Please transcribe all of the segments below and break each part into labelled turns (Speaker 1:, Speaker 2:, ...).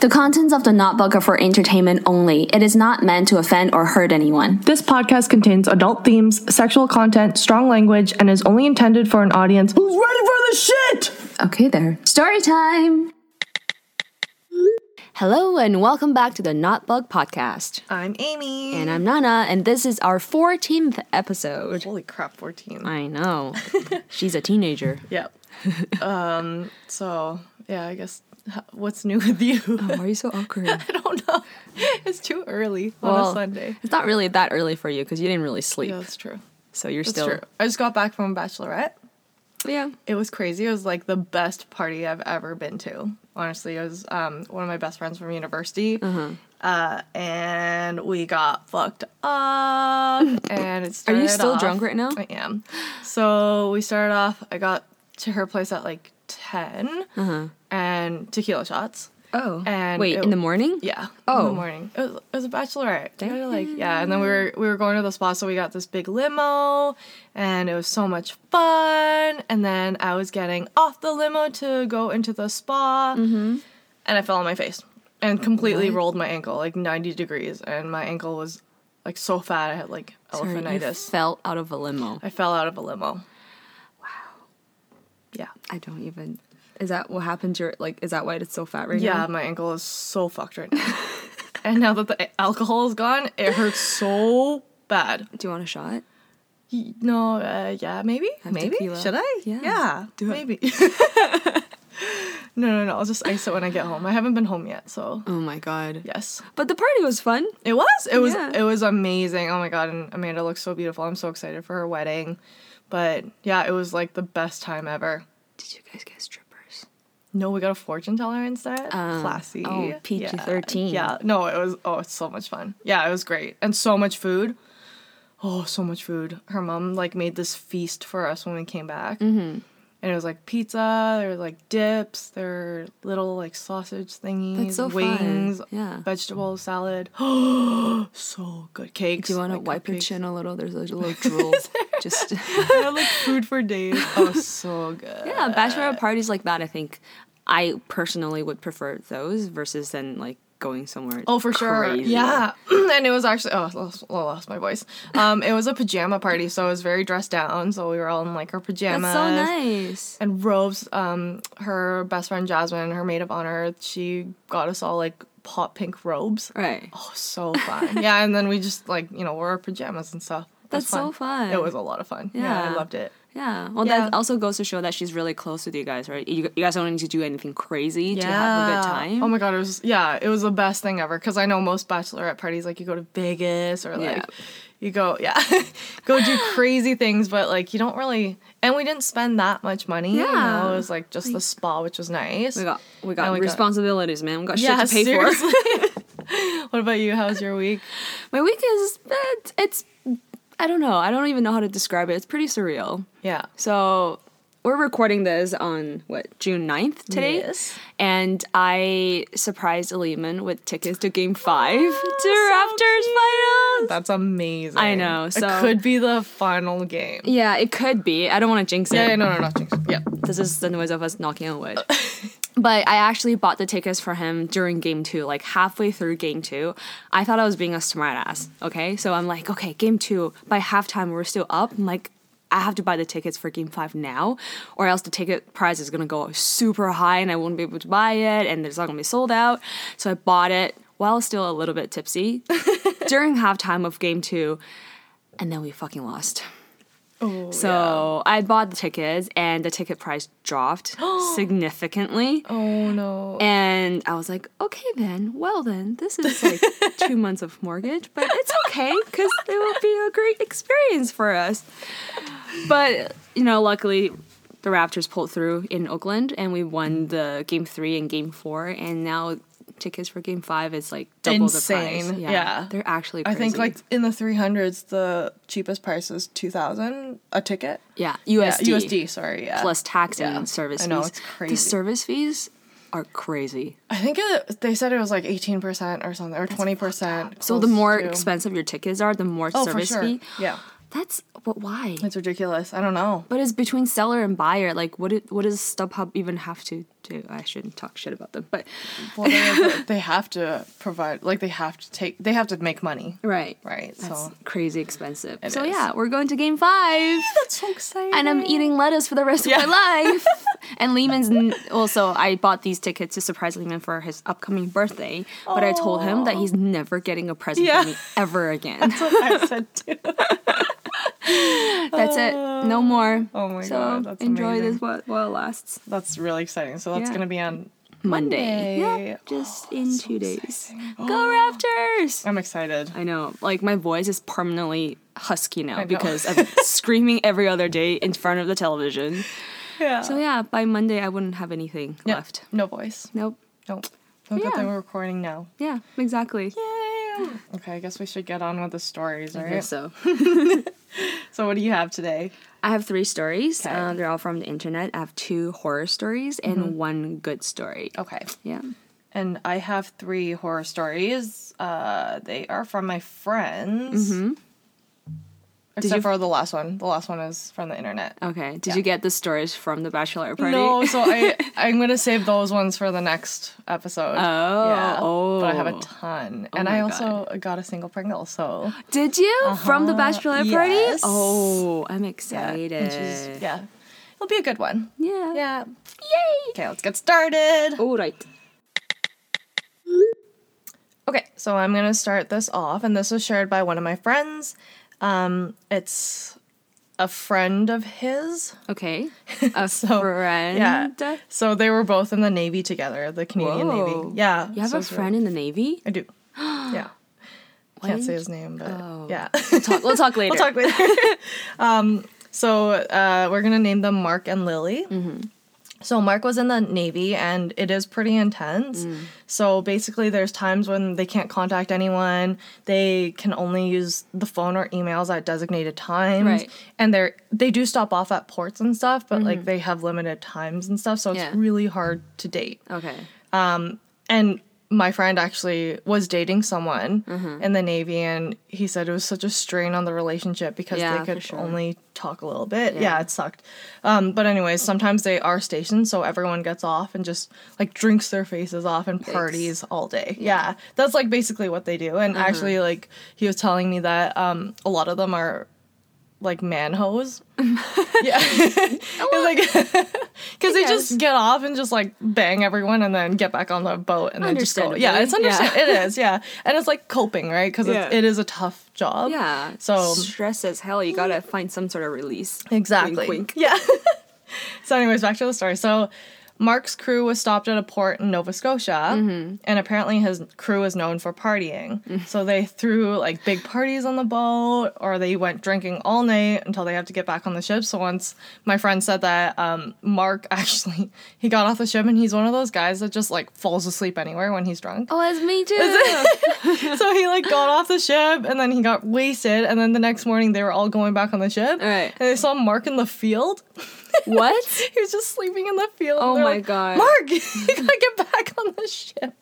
Speaker 1: The contents of the Notebook are for entertainment only. It is not meant to offend or hurt anyone.
Speaker 2: This podcast contains adult themes, sexual content, strong language, and is only intended for an audience who's ready for the shit!
Speaker 1: Okay, there. Story time! Hello, and welcome back to the Notebook Podcast.
Speaker 2: I'm Amy.
Speaker 1: And I'm Nana, and this is our 14th episode.
Speaker 2: Holy crap, 14.
Speaker 1: I know. She's a teenager.
Speaker 2: Yep. um, so, yeah, I guess h- what's new with you?
Speaker 1: Why are you so awkward?
Speaker 2: I don't know. It's too early on a Sunday.
Speaker 1: It's not really that early for you because you didn't really sleep.
Speaker 2: Yeah, that's true.
Speaker 1: So you're
Speaker 2: That's
Speaker 1: still.
Speaker 2: true. I just got back from Bachelorette.
Speaker 1: Yeah.
Speaker 2: It was crazy. It was like the best party I've ever been to. Honestly, it was um, one of my best friends from university.
Speaker 1: Mm-hmm.
Speaker 2: Uh, and we got fucked up. And it
Speaker 1: Are
Speaker 2: started
Speaker 1: you still
Speaker 2: off-
Speaker 1: drunk right now?
Speaker 2: I am. So we started off, I got to her place at like 10 and tequila shots.
Speaker 1: Uh-huh. Oh.
Speaker 2: And
Speaker 1: Wait,
Speaker 2: it-
Speaker 1: in the morning?
Speaker 2: Yeah. In
Speaker 1: Oh.
Speaker 2: the morning. It was, it was a bachelorette. We gotta, like yeah, and then we were we were going to the spa, so we got this big limo, and it was so much fun. And then I was getting off the limo to go into the spa,
Speaker 1: Mm-hmm.
Speaker 2: and I fell on my face and completely rolled my ankle like ninety degrees, and my ankle was like so fat I had like
Speaker 1: Sorry, you
Speaker 2: elephantitis.
Speaker 1: fell out of a limo.
Speaker 2: I fell out of a limo. Wow. Yeah.
Speaker 1: I don't even. Is that what happened to your like? Is that why it's so fat right
Speaker 2: Yeah, my ankle is so fucked right now. and now that the alcohol is gone, it hurts so bad.
Speaker 1: Do you want a shot?
Speaker 2: Y- No, uh, yeah, maybe, maybe.
Speaker 1: tequila.
Speaker 2: Should I?
Speaker 1: Yeah.
Speaker 2: do maybe. no, no, no. I'll just ice it when I get home. I haven't been home yet, so
Speaker 1: Oh my god.
Speaker 2: yes,
Speaker 1: But the party was fun.
Speaker 2: it was. It was.
Speaker 1: Yeah.
Speaker 2: It was amazing. Oh my god! And Amanda looks so beautiful. I'm so excited for her wedding. But yeah, it was like the best time ever.
Speaker 1: Did you guys get strippers?
Speaker 2: No, we got a fortune teller instead. Classy.
Speaker 1: oh,
Speaker 2: Yeah.
Speaker 1: PG-13.
Speaker 2: yeah. No, it was oh, it's so much fun. Yeah, it was great. And so much food. Oh, so much food. Her mom like made this feast for us when we came back. Mm-hmm. And it was like pizza, there were like dips, there were little like sausage thingies,
Speaker 1: That's so fun.
Speaker 2: wings,
Speaker 1: Yeah.
Speaker 2: vegetable salad. so good. Cakes.
Speaker 1: Do you want to
Speaker 2: like
Speaker 1: wipe your
Speaker 2: cupcakes.
Speaker 1: chin a little? There's a little drool. Just
Speaker 2: I had like food for days. Oh, so good.
Speaker 1: yeah, bachelorette parties like that. I think I personally would prefer those versus than like going somewhere.
Speaker 2: Oh, for sure.
Speaker 1: crazy.
Speaker 2: Yeah. and it was actually, oh, I lost, I lost my voice. Um, it was a pajama party, so I was very dressed down. So we were all in like our pajamas.
Speaker 1: that's so nice.
Speaker 2: And Robes, um, her best friend Jasmine, her maid of honor, she got us all like hot pink robes.
Speaker 1: Right.
Speaker 2: Oh, so fun. yeah. And then we just like, you know, wore our pajamas and stuff. It was
Speaker 1: That's so fun.
Speaker 2: It was a lot of fun. Yeah. I
Speaker 1: Yeah.
Speaker 2: loved it.
Speaker 1: Yeah. Well,
Speaker 2: Yeah.
Speaker 1: that also goes to show that she's really close with you guys, right? You, you guys don't need to do anything crazy to have a good time.
Speaker 2: Oh my god, it was yeah, it was the best thing ever. Cause I know most bachelorette parties, like you go to Vegas or like
Speaker 1: Yeah.
Speaker 2: you go yeah, go do crazy things, but like you don't really. And we didn't spend that much money. you know?
Speaker 1: Yeah.
Speaker 2: it was like just the spa, which was nice.
Speaker 1: we got we
Speaker 2: And
Speaker 1: got
Speaker 2: we got-
Speaker 1: responsibilities, man. We got
Speaker 2: yeah,
Speaker 1: shit to pay for.
Speaker 2: seriously. what about you? How's your week?
Speaker 1: My week is it's, it's I don't know. I don't even know how to describe it. It's pretty surreal.
Speaker 2: Yeah.
Speaker 1: So we're recording this on what June 9th today,
Speaker 2: Yes.
Speaker 1: and I surprised Lehman with tickets to
Speaker 2: Oh,
Speaker 1: Game Five to Raptors finals.
Speaker 2: That's amazing.
Speaker 1: I know,
Speaker 2: it
Speaker 1: so-
Speaker 2: could be the final game.
Speaker 1: Yeah, it could be. I don't want to jinx it.
Speaker 2: Yeah, yeah, no, no, not jinx. Yeah.
Speaker 1: This is the noise of us knocking on wood. but I actually bought the tickets for him during game two, like halfway through game two. I thought I was being a smartass. Okay, so I'm like, okay, game two. By halftime, we're still up. I'm like. I have to buy the tickets for game five now, or else the ticket price is gonna go super high and I won't be able to buy it and it's not gonna be sold out. So I bought it while still a little bit tipsy during halftime of game two, and then we fucking lost.
Speaker 2: Oh,
Speaker 1: So I bought the tickets and the ticket price dropped significantly.
Speaker 2: yeah. Oh no.
Speaker 1: And I was like, okay, then, well, then, this is like two months of mortgage, but it's okay because it will be a great experience for us. But, you know, luckily the Raptors pulled through in Oakland and we won the game three and game four. And now tickets for game five is like double the
Speaker 2: Insane.
Speaker 1: price.
Speaker 2: Yeah.
Speaker 1: They're actually
Speaker 2: I
Speaker 1: crazy.
Speaker 2: think like in the 300s, the cheapest price is 2000 a ticket.
Speaker 1: yeah,
Speaker 2: Yeah,
Speaker 1: USD.
Speaker 2: USD, sorry, yeah.
Speaker 1: plus tax
Speaker 2: Yeah,
Speaker 1: and service
Speaker 2: I know,
Speaker 1: fees.
Speaker 2: it's crazy.
Speaker 1: The service fees are crazy.
Speaker 2: I think it, they said it was like 18% or something, or 20%.
Speaker 1: So the
Speaker 2: close
Speaker 1: more
Speaker 2: to-
Speaker 1: expensive your tickets are, the more
Speaker 2: Oh, for
Speaker 1: service
Speaker 2: sure.
Speaker 1: fee.
Speaker 2: Yeah.
Speaker 1: That's but why?
Speaker 2: It's ridiculous. I don't know.
Speaker 1: But it's between seller and buyer. Like what? It, what does StubHub even have to to. I shouldn't talk shit about them, but
Speaker 2: Well, they have, they have to provide, like they have to take, they have to make money.
Speaker 1: right,
Speaker 2: Right,
Speaker 1: That's
Speaker 2: so-
Speaker 1: crazy expensive.
Speaker 2: It
Speaker 1: So
Speaker 2: is.
Speaker 1: yeah, we're going to game five.
Speaker 2: That's so exciting.
Speaker 1: and I'm eating lettuce for the rest
Speaker 2: Yeah.
Speaker 1: of my life. and Lehman's n- also, I bought these tickets to surprise Lehman for his upcoming birthday, but I told him that he's never getting a present
Speaker 2: Yeah.
Speaker 1: from me ever again.
Speaker 2: I said too.
Speaker 1: that's it. No more.
Speaker 2: Oh my
Speaker 1: so
Speaker 2: God, that's
Speaker 1: enjoy
Speaker 2: amazing.
Speaker 1: this while, while it lasts.
Speaker 2: That's really exciting. So that's
Speaker 1: Yeah.
Speaker 2: gonna be on.
Speaker 1: Monday.
Speaker 2: Monday.
Speaker 1: Yeah, just in two days. Go Raptors!
Speaker 2: I'm excited.
Speaker 1: I know, like my voice is permanently husky now
Speaker 2: know.
Speaker 1: because I'm screaming every other day in front of the television.
Speaker 2: Yeah.
Speaker 1: So yeah, by Monday I wouldn't have anything
Speaker 2: Yeah.
Speaker 1: left.
Speaker 2: No voice.
Speaker 1: Nope.
Speaker 2: Nope. So good
Speaker 1: Yeah.
Speaker 2: thing we're recording now.
Speaker 1: Yeah, exactly.
Speaker 2: Yay! Okay, I guess we should get on with the stories,
Speaker 1: I
Speaker 2: right?
Speaker 1: guess so.
Speaker 2: So what do you have today?
Speaker 1: I have three stories.
Speaker 2: Okay. Mm-hmm.
Speaker 1: Uh, they're all from the internet. I have two horror stories and one good story.
Speaker 2: Okay.
Speaker 1: Yeah.
Speaker 2: And I have three horror stories. Uh, they are from my friends. Except
Speaker 1: Mm-hmm. you-
Speaker 2: for the last one. The last one is from the internet.
Speaker 1: Okay. Did you get the stories from the bachelor party?
Speaker 2: No, so I I'm gonna save those ones for the next episode.
Speaker 1: Oh,
Speaker 2: yeah. But I have
Speaker 1: oh.
Speaker 2: a ton, and
Speaker 1: my
Speaker 2: I also got a single Pringle. So
Speaker 1: Did you from the
Speaker 2: Uh-huh.
Speaker 1: bachelor party?
Speaker 2: Yes.
Speaker 1: Oh, I'm excited.
Speaker 2: yeah, which is- yeah, it'll be a good one.
Speaker 1: Yeah.
Speaker 2: Yeah.
Speaker 1: Yay.
Speaker 2: Okay, let's get started.
Speaker 1: All right.
Speaker 2: Okay, so I'm gonna start this off, and this was shared by one of my friends. Um, it's a friend of his.
Speaker 1: Okay. A friend.
Speaker 2: Yeah. So they were both in the Navy together, the Canadian
Speaker 1: Whoa.
Speaker 2: Navy. Yeah.
Speaker 1: Oh, You have
Speaker 2: so
Speaker 1: a
Speaker 2: it's really-
Speaker 1: friend in the navy?
Speaker 2: I do. yeah. Can't say his name, but yeah.
Speaker 1: Talk, we'll talk later.
Speaker 2: we'll talk later. um, so uh, we're gonna name them Mark and Lily.
Speaker 1: Mm-hmm.
Speaker 2: So Mark was in the Navy, and it is pretty intense.
Speaker 1: Mm.
Speaker 2: So basically, there's times when they can't contact anyone. They can only use the phone or emails at designated times,
Speaker 1: Right. Mm-hmm.
Speaker 2: and they're they do stop off at ports and stuff, but like they have limited times and stuff. So it's
Speaker 1: Yeah.
Speaker 2: really hard to date
Speaker 1: Okay.
Speaker 2: and my friend actually was dating someone
Speaker 1: Mm-hmm.
Speaker 2: in the navy and he said it was such a strain on the relationship because
Speaker 1: Yeah,
Speaker 2: they
Speaker 1: for
Speaker 2: could
Speaker 1: sure.
Speaker 2: only talk a little bit yeah, it sucked um, but anyways sometimes they are stationed so everyone gets off and just like drinks their faces off and parties all day yeah. that's like basically what they do and
Speaker 1: Mm-hmm.
Speaker 2: actually like he was telling me that um, a lot of them are like man hoes yeah because they just get off and just like bang everyone and then get back on the boat and then just go. Yeah,
Speaker 1: Understandably.
Speaker 2: it's understand.
Speaker 1: Yeah.
Speaker 2: It is. Yeah, and it's like coping, right? Because
Speaker 1: Yeah.
Speaker 2: it is a tough job.
Speaker 1: Yeah.
Speaker 2: So
Speaker 1: stress as hell. You gotta find some sort of release.
Speaker 2: exactly.
Speaker 1: Wink, wink.
Speaker 2: Yeah. so, anyways, back to the story. So. Mark's crew was stopped at a port in Nova Scotia,
Speaker 1: Mm-hmm.
Speaker 2: and apparently his crew is known for partying.
Speaker 1: Mm.
Speaker 2: So they threw like big parties on the boat, or they went drinking all night until they have to get back on the ship. So once my friend said that um, Mark actually he got off the ship, and he's one of those guys that just like falls asleep anywhere when he's drunk.
Speaker 1: Oh, it's me too.
Speaker 2: so he like got off the ship and then he got wasted and then the next morning they were all going back on the ship
Speaker 1: Right.
Speaker 2: and they saw mark in the field
Speaker 1: what?
Speaker 2: he was just sleeping in the field and
Speaker 1: Oh
Speaker 2: they're
Speaker 1: my
Speaker 2: like,
Speaker 1: God.
Speaker 2: mark you gotta get back on the ship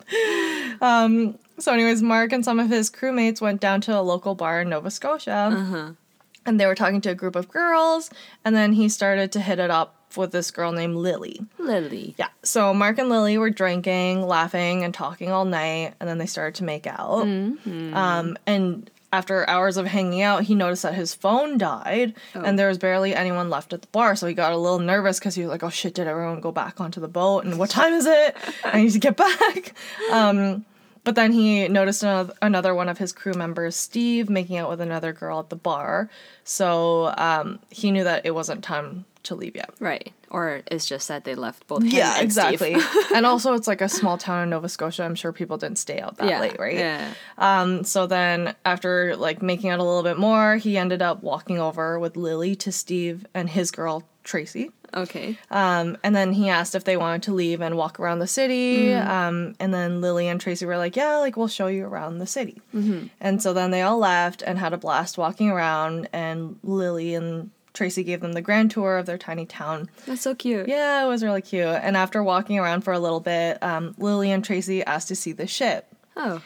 Speaker 2: um so anyways mark and some of his crewmates went down to a local bar in nova scotia and they were talking to a group of girls and then he started to hit it up with this girl named lily
Speaker 1: Lily.
Speaker 2: yeah. So Mark and Lily were drinking, laughing, and talking all night, and then they started to make out. Um, and after hours of hanging out, he noticed that his phone died, and there was barely anyone left at the bar. So he got a little nervous because he was like, "Oh shit! Did everyone go back onto the boat? And what time is it? I need to get back." Um, but then he noticed anoth- another one of his crew members, Steve, making out with another girl at the bar. So um, he knew that it wasn't time to leave yet.
Speaker 1: Right. Or it's just that they left both. him
Speaker 2: Yeah,
Speaker 1: and Steve.
Speaker 2: exactly. and also, it's like a small town in Nova Scotia. I'm sure people didn't stay out that
Speaker 1: Yeah.
Speaker 2: late, right?
Speaker 1: Yeah.
Speaker 2: Um, so then, after like making out a little bit more, he ended up walking over with Lily to Steve and his girl Tracy.
Speaker 1: Okay.
Speaker 2: Um, and then he asked if they wanted to leave and walk around the city.
Speaker 1: Mm-hmm.
Speaker 2: Um, and then Lily and Tracy were like, "Yeah, like we'll show you around the city." Mm-hmm. And so then they all left and had a blast walking around. And Lily and Tracy gave them the grand tour of their tiny town.
Speaker 1: That's so cute.
Speaker 2: Yeah, it was really cute. And after walking around for a little bit, um, Lily and Tracy asked to see the ship.
Speaker 1: Oh.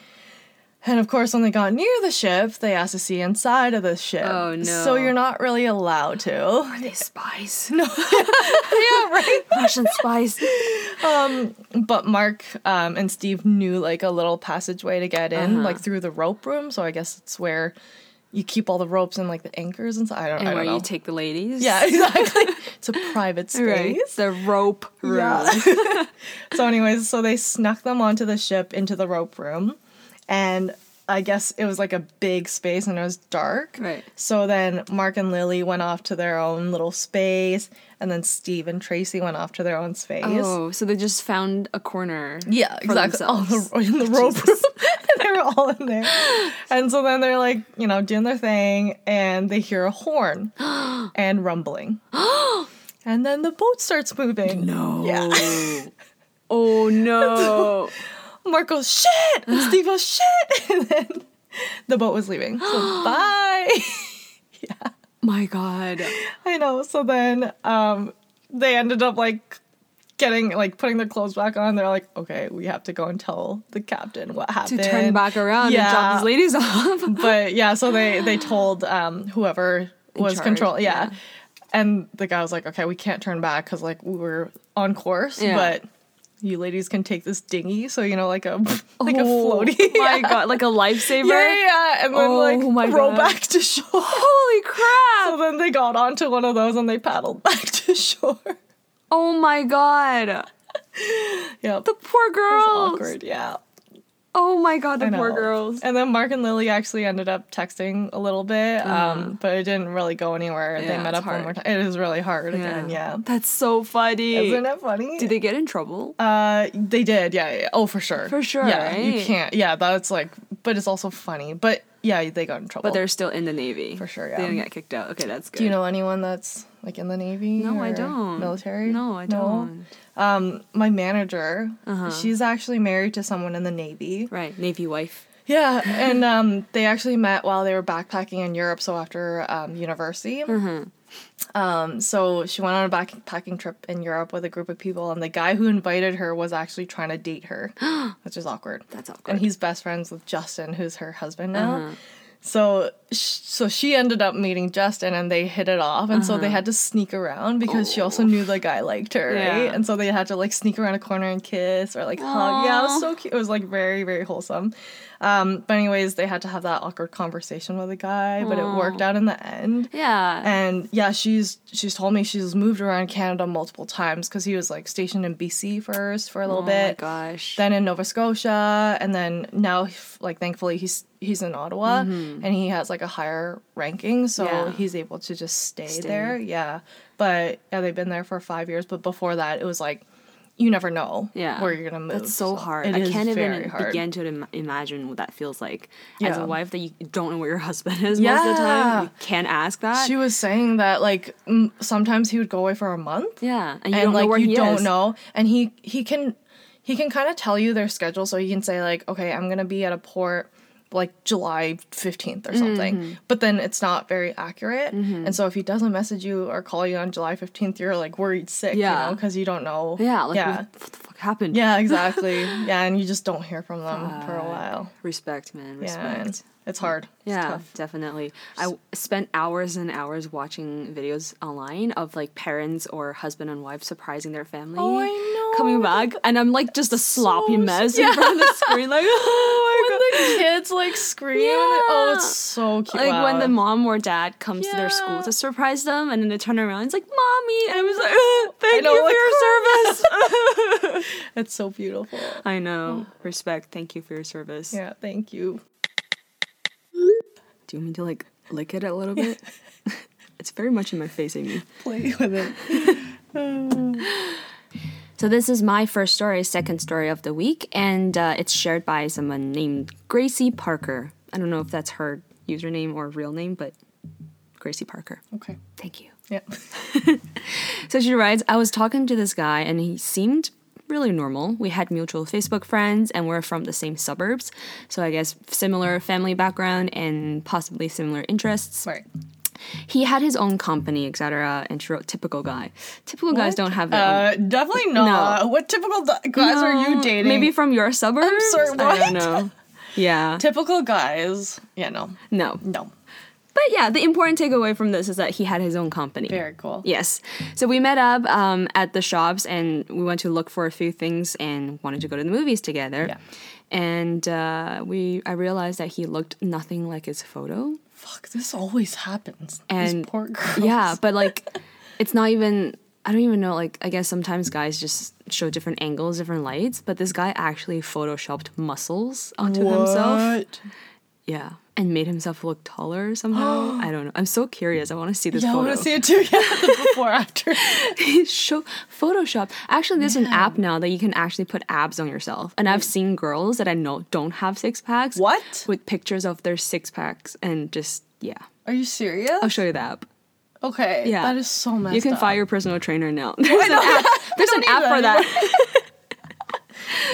Speaker 2: And of course, when they got near the ship, they asked to see inside of the ship.
Speaker 1: Oh, no.
Speaker 2: So you're not really allowed to.
Speaker 1: They spies.
Speaker 2: yeah, right.
Speaker 1: Russian spies.
Speaker 2: But Mark um, and Steve knew like a little passageway to get in,
Speaker 1: Uh-huh.
Speaker 2: like through the rope room. So I guess it's where you keep all the ropes and like the anchors and stuff. I don't,
Speaker 1: And
Speaker 2: I
Speaker 1: where
Speaker 2: don't know.
Speaker 1: you take the ladies.
Speaker 2: yeah, exactly. it's a private space.
Speaker 1: Right. The rope room.
Speaker 2: So, anyways, so they snuck them onto the ship into the rope room, and I guess it was like a big space and it was dark.
Speaker 1: Right.
Speaker 2: So then Mark and Lily went off to their own little space, and then Steve and Tracy went off to their own space.
Speaker 1: Oh, so they just found a corner.
Speaker 2: Yeah,
Speaker 1: for
Speaker 2: exactly. All the,
Speaker 1: themselves.
Speaker 2: in the rope room. they were all in there. And so then they're like, you know, doing their thing and they hear a horn and rumbling. and then the boat starts moving.
Speaker 1: No.
Speaker 2: Yeah.
Speaker 1: Oh no.
Speaker 2: Mark goes, shit! And Steve goes, shit! And then the boat was leaving. So bye!
Speaker 1: My god.
Speaker 2: I know. So then um, they ended up like getting like putting their clothes back on. They're like, okay, we have to go and tell the captain what
Speaker 1: To
Speaker 2: happened.
Speaker 1: turn back around and
Speaker 2: Yeah.
Speaker 1: drop these ladies off.
Speaker 2: but yeah, so they they told um, whoever was
Speaker 1: charge,
Speaker 2: control, yeah. and the guy was like, "Okay, we can't turn back because like we were on course,
Speaker 1: Yeah.
Speaker 2: but you ladies can take this dinghy, so you know like a like
Speaker 1: Oh,
Speaker 2: a floaty."
Speaker 1: My god, like a lifesaver.
Speaker 2: yeah, yeah, yeah, and then
Speaker 1: Oh
Speaker 2: like
Speaker 1: my
Speaker 2: row
Speaker 1: God.
Speaker 2: back to shore.
Speaker 1: Holy crap.
Speaker 2: so then they got onto one of those and they paddled back to shore.
Speaker 1: Oh my god.
Speaker 2: Yeah,
Speaker 1: The poor girls.
Speaker 2: awkward. Yeah.
Speaker 1: Oh my god, the
Speaker 2: I
Speaker 1: poor
Speaker 2: know.
Speaker 1: girls.
Speaker 2: And then Mark and Lily actually ended up texting a little bit, um, but it didn't really go anywhere.
Speaker 1: Mm-hmm. Yeah,
Speaker 2: they met
Speaker 1: it's
Speaker 2: up one
Speaker 1: hard.
Speaker 2: more time. It is really hard again, yeah.
Speaker 1: That's so funny.
Speaker 2: Isn't it funny?
Speaker 1: Did they get in trouble?
Speaker 2: Uh, they did, yeah, yeah. Oh, for sure.
Speaker 1: For sure,
Speaker 2: Yeah, you
Speaker 1: right?
Speaker 2: can't. Yeah, that's like, but it's also funny. But yeah, they got in trouble.
Speaker 1: But they're still in the navy.
Speaker 2: For sure, yeah.
Speaker 1: They didn't get kicked out. Okay, that's good.
Speaker 2: Do you know anyone that's like in the Navy?
Speaker 1: No, I
Speaker 2: or
Speaker 1: don't.
Speaker 2: Military?
Speaker 1: No, I don't.
Speaker 2: Um, my manager,
Speaker 1: Uh-huh.
Speaker 2: she's actually married to someone in the Navy.
Speaker 1: Right, navy wife.
Speaker 2: Yeah, and um, they actually met while they were backpacking in Europe. So after um, university,
Speaker 1: Mm-hmm.
Speaker 2: um, so she went on a backpacking trip in Europe with a group of people, and the guy who invited her was actually trying to date her, which is awkward.
Speaker 1: That's awkward. Uh-huh.
Speaker 2: And he's best friends with Justin, who's her husband now. So, sh- so she ended up meeting Justin, and they hit it off. And so they
Speaker 1: Uh-huh.
Speaker 2: had to sneak around because she also knew the guy liked her,
Speaker 1: Yeah.
Speaker 2: right? And so they had to like sneak around a corner and kiss or like hug. Yeah, it was so cute. It was like very, very wholesome. Um, but anyways, they had to have that awkward conversation with the guy, but it worked out in the end.
Speaker 1: Yeah.
Speaker 2: And yeah, she's she's told me she's moved around Canada multiple times because he was like stationed in BC first for a little
Speaker 1: oh
Speaker 2: bit
Speaker 1: my gosh.
Speaker 2: then in Nova Scotia, and then now, f- like thankfully, he's he's in Ottawa, and he has like a higher ranking, so
Speaker 1: Mm-hmm. Yeah.
Speaker 2: he's able to just stay, there. Yeah, but yeah, they've been there for five years. But before that, it was like you never know
Speaker 1: yeah.
Speaker 2: where you're gonna move.
Speaker 1: That's so hard.
Speaker 2: It
Speaker 1: I
Speaker 2: is
Speaker 1: can't
Speaker 2: very
Speaker 1: even
Speaker 2: hard.
Speaker 1: begin to Im- imagine what that feels like as
Speaker 2: Yeah.
Speaker 1: a wife that you don't know where your husband is most of the
Speaker 2: Yeah.
Speaker 1: time. You can't ask that.
Speaker 2: She was saying that like m- sometimes he would go away for a month,
Speaker 1: yeah, and you
Speaker 2: and
Speaker 1: don't know
Speaker 2: like
Speaker 1: where
Speaker 2: you
Speaker 1: he
Speaker 2: don't
Speaker 1: is.
Speaker 2: know and he he can he can kind of tell you their schedule so he can say like okay i'm gonna be at a port like july 15th or something
Speaker 1: Mm-hmm.
Speaker 2: but then it's not very accurate and so if he doesn't message you or call you on july 15th you're like worried sick
Speaker 1: Yeah.
Speaker 2: you know because you don't know
Speaker 1: Yeah, like
Speaker 2: yeah
Speaker 1: What, what the fuck happened?
Speaker 2: yeah exactly yeah and you just don't hear from them for a
Speaker 1: Fuck.
Speaker 2: while
Speaker 1: Respect, man.
Speaker 2: yeah and
Speaker 1: Respect.
Speaker 2: it's hard it's
Speaker 1: Yeah,
Speaker 2: tough
Speaker 1: definitely. I w- spent hours and hours watching videos online of like parents or husband and wife surprising their family
Speaker 2: Oh, I know.
Speaker 1: coming back, and I'm like just a sloppy mess in front of the screen, like oh my god.
Speaker 2: when the kids like scream oh
Speaker 1: Yeah.
Speaker 2: it's so cute
Speaker 1: Like when
Speaker 2: Wow.
Speaker 1: the mom or dad comes to their
Speaker 2: Yeah.
Speaker 1: school to surprise them, and then they turn around, it's like mommy, and I was like, "Uh, thank
Speaker 2: know,
Speaker 1: you
Speaker 2: like,
Speaker 1: for your service.
Speaker 2: it's so beautiful
Speaker 1: I know, respect. Thank you for your service.
Speaker 2: yeah thank you
Speaker 1: Do you want me to like lick it a little bit? it's very much in my face, Amy.
Speaker 2: play with it
Speaker 1: So this is my first story, second story of the week, and uh, it's shared by someone named Gracie Parker. I don't know if that's her username or real name, but Gracie Parker.
Speaker 2: okay
Speaker 1: Thank you.
Speaker 2: Yeah.
Speaker 1: So she writes, I was talking to this guy and he seemed really normal. We had mutual Facebook friends and we're from the same suburbs. So I guess similar family background and possibly similar interests.
Speaker 2: Right.
Speaker 1: He had his own company, etc. And she wrote, typical guy. Typical guys don't have their own.
Speaker 2: Uh, definitely not. What typical d- guys are you
Speaker 1: No,
Speaker 2: dating?
Speaker 1: Maybe from your suburbs.
Speaker 2: sorry,
Speaker 1: I
Speaker 2: what?
Speaker 1: don't know. Yeah.
Speaker 2: Typical guys. Yeah, no.
Speaker 1: No.
Speaker 2: No.
Speaker 1: But yeah, the important takeaway from this is that he had his own company.
Speaker 2: Very cool.
Speaker 1: Yes. So we met up um, at the shops and we went to look for a few things and wanted to go to the movies together.
Speaker 2: Yeah.
Speaker 1: And uh, we, I realized that he looked nothing like his photo.
Speaker 2: Fuck, this always happens.
Speaker 1: And-
Speaker 2: These poor girls.
Speaker 1: Yeah, but like, it's not even. I don't even know. Like, I guess sometimes guys just show different angles, different lights. But this guy actually photoshopped muscles onto himself.
Speaker 2: What?
Speaker 1: Yeah, and made himself look taller somehow. I don't know. I'm so curious. I want to see this
Speaker 2: Yeah, I
Speaker 1: photo.
Speaker 2: want to see it too. Yeah, the before after.
Speaker 1: show Photoshop. Actually, there's an app now that you can actually put abs on yourself. And I've seen girls that I know don't have six packs.
Speaker 2: What?
Speaker 1: With pictures of their six packs and just yeah.
Speaker 2: Are you serious?
Speaker 1: I'll show you the app.
Speaker 2: okay.
Speaker 1: Oh, Yeah,
Speaker 2: That is so messed
Speaker 1: You can
Speaker 2: up.
Speaker 1: fire your personal trainer now. There's an app. There's an
Speaker 2: need
Speaker 1: app for
Speaker 2: that
Speaker 1: that.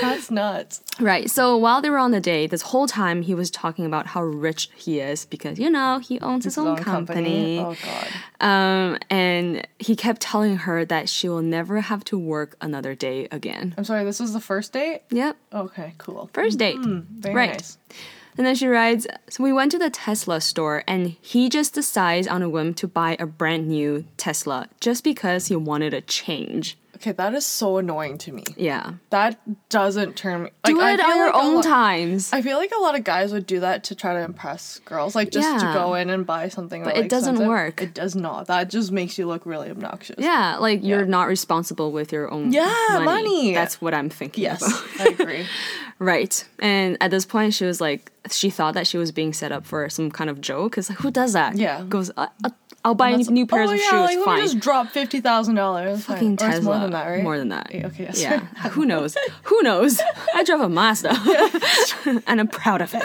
Speaker 2: That's nuts.
Speaker 1: Right. So while they were on the date, this whole time he was talking about how rich he is because you know he owns his, own
Speaker 2: Long
Speaker 1: company.
Speaker 2: Oh god.
Speaker 1: Um, and he kept telling her that she will never have to work another day again.
Speaker 2: I'm sorry. This was the first date.
Speaker 1: Yep.
Speaker 2: Okay. Cool.
Speaker 1: First date.
Speaker 2: Mm-hmm. Very
Speaker 1: right.
Speaker 2: nice.
Speaker 1: And then she writes, So we went to the Tesla store and he just decides on a whim to buy a brand new Tesla just because he wanted a change.
Speaker 2: Okay, that is so annoying to me.
Speaker 1: Yeah.
Speaker 2: That doesn't turn me.
Speaker 1: Do
Speaker 2: like, I
Speaker 1: it
Speaker 2: feel
Speaker 1: on your
Speaker 2: like a
Speaker 1: own
Speaker 2: lot-
Speaker 1: times.
Speaker 2: I feel like a lot of guys would do that to try to impress girls, like just to
Speaker 1: Yeah.
Speaker 2: go in and buy something. But
Speaker 1: it doesn't work.
Speaker 2: It does not. That just makes you look really obnoxious.
Speaker 1: yeah, like you're not responsible with your own
Speaker 2: Yeah,
Speaker 1: money.
Speaker 2: money.
Speaker 1: That's what I'm thinking.
Speaker 2: Yes,
Speaker 1: about.
Speaker 2: I agree.
Speaker 1: Right. And at this point, she was like, she thought that she was being set up for some kind of joke. It's like, who does that?
Speaker 2: Yeah.
Speaker 1: Goes, "I- I'll- I'll buy new pairs
Speaker 2: oh
Speaker 1: of
Speaker 2: yeah,
Speaker 1: shoes.
Speaker 2: like let
Speaker 1: Fine.
Speaker 2: me just drop fifty thousand dollars.
Speaker 1: fucking
Speaker 2: or
Speaker 1: Tesla.
Speaker 2: Oh, it's more than that, right?
Speaker 1: More than that.
Speaker 2: Yeah, okay, yes.
Speaker 1: Yeah. Who knows? Who knows? I drove a Mazda, and I'm proud of it.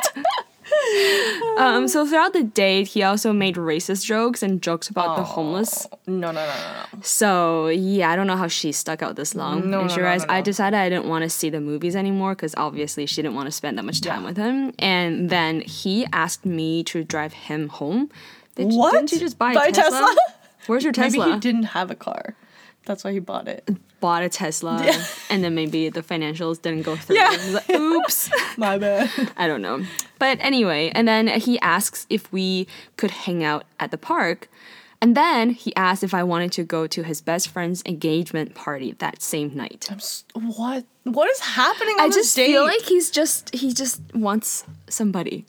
Speaker 1: Um, so throughout the date, he also made racist jokes and jokes about the homeless.
Speaker 2: No, no, no, no, no.
Speaker 1: So yeah, I don't know how she stuck out this long.
Speaker 2: No, no,
Speaker 1: and she
Speaker 2: no,
Speaker 1: realized
Speaker 2: no, no.
Speaker 1: I decided I didn't want to see the movies anymore because obviously she didn't want to spend that much time with him. And then he asked me to drive him home. Did You,
Speaker 2: What?
Speaker 1: didn't you just buy a
Speaker 2: Buy a
Speaker 1: Tesla?
Speaker 2: Tesla?
Speaker 1: Where's your Tesla?
Speaker 2: Maybe he didn't have a car. That's why he bought it.
Speaker 1: bought a Tesla and then maybe the financials didn't go through.
Speaker 2: Yeah.
Speaker 1: It was like, Oops.
Speaker 2: My bad.
Speaker 1: I don't know. But anyway, and then he asks if we could hang out at the park. And then he asked if I wanted to go to his best friend's engagement party that same night.
Speaker 2: I'm s- what? What is happening? On
Speaker 1: I
Speaker 2: this
Speaker 1: just feel
Speaker 2: date?
Speaker 1: like he's just he just wants somebody.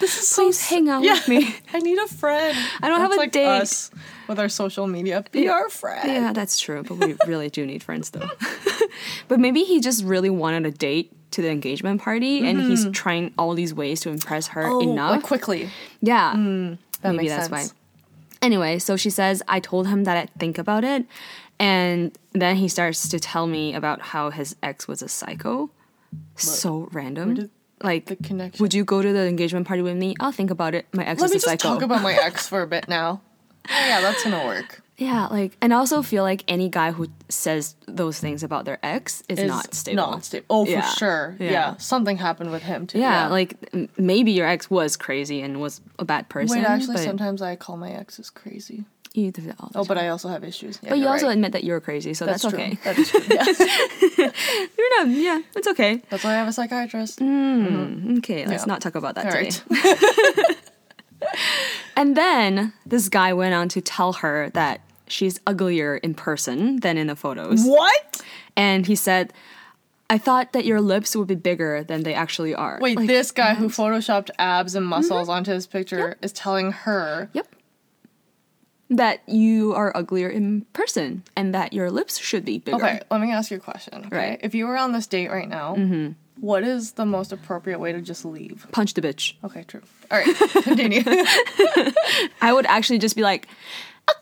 Speaker 2: this is so
Speaker 1: Please
Speaker 2: s-
Speaker 1: hang out
Speaker 2: Yeah.
Speaker 1: with me.
Speaker 2: I need a friend.
Speaker 1: I don't have
Speaker 2: That's
Speaker 1: a
Speaker 2: like
Speaker 1: date.
Speaker 2: Us with our social media. Be our friend.
Speaker 1: Yeah, that's true. But we really do need friends though. but maybe he just really wanted a date to the engagement party and he's trying all these ways to impress her
Speaker 2: Mm-hmm. Oh,
Speaker 1: enough.
Speaker 2: Like quickly.
Speaker 1: Yeah.
Speaker 2: that
Speaker 1: Maybe
Speaker 2: makes
Speaker 1: that's
Speaker 2: sense.
Speaker 1: why. Anyway, so she says, I told him that I'd think about it. And then he starts to tell me about how his ex was a psycho. so random.
Speaker 2: did
Speaker 1: like,
Speaker 2: the connection-
Speaker 1: would you go to the engagement party with me? I'll think about it. My ex
Speaker 2: Let
Speaker 1: was
Speaker 2: me
Speaker 1: a
Speaker 2: just
Speaker 1: psycho.
Speaker 2: talk about my ex for a bit now. Oh, yeah, that's gonna work.
Speaker 1: yeah, like, and I also feel like any guy who says those things about their ex is,
Speaker 2: Is
Speaker 1: not stable.
Speaker 2: Not stable. Oh, for
Speaker 1: Yeah.
Speaker 2: sure. Yeah.
Speaker 1: Yeah.
Speaker 2: something happened with him too.
Speaker 1: yeah, like m- maybe your ex was crazy and was a bad person.
Speaker 2: Wait, actually,
Speaker 1: but
Speaker 2: sometimes I call my exes crazy.
Speaker 1: you do that all the
Speaker 2: Oh,
Speaker 1: time.
Speaker 2: but I also have issues. Yeah,
Speaker 1: But you
Speaker 2: you're
Speaker 1: also
Speaker 2: right.
Speaker 1: admit that you're crazy, so that's,
Speaker 2: true.
Speaker 1: okay.
Speaker 2: That is true. Yeah.
Speaker 1: You're not. Yeah, it's okay.
Speaker 2: that's why I have a psychiatrist.
Speaker 1: Okay, let's
Speaker 2: Yeah.
Speaker 1: not talk about that
Speaker 2: All
Speaker 1: today.
Speaker 2: right.
Speaker 1: And then this guy went on to tell her that she's uglier in person than in the photos.
Speaker 2: What?
Speaker 1: And he said, I thought that your lips would be bigger than they actually are.
Speaker 2: Wait, this guy who photoshopped abs
Speaker 1: Mm-hmm.
Speaker 2: and muscles onto his picture is telling her
Speaker 1: Yep. That you are uglier in person and that your lips should be bigger.
Speaker 2: Okay, let me ask you a question. Okay.
Speaker 1: Right. Mm-hmm.
Speaker 2: If you were on this date right now, what is the most appropriate way to just leave?
Speaker 1: Punch the bitch.
Speaker 2: Okay, true. All right, continue.
Speaker 1: I would actually just be like,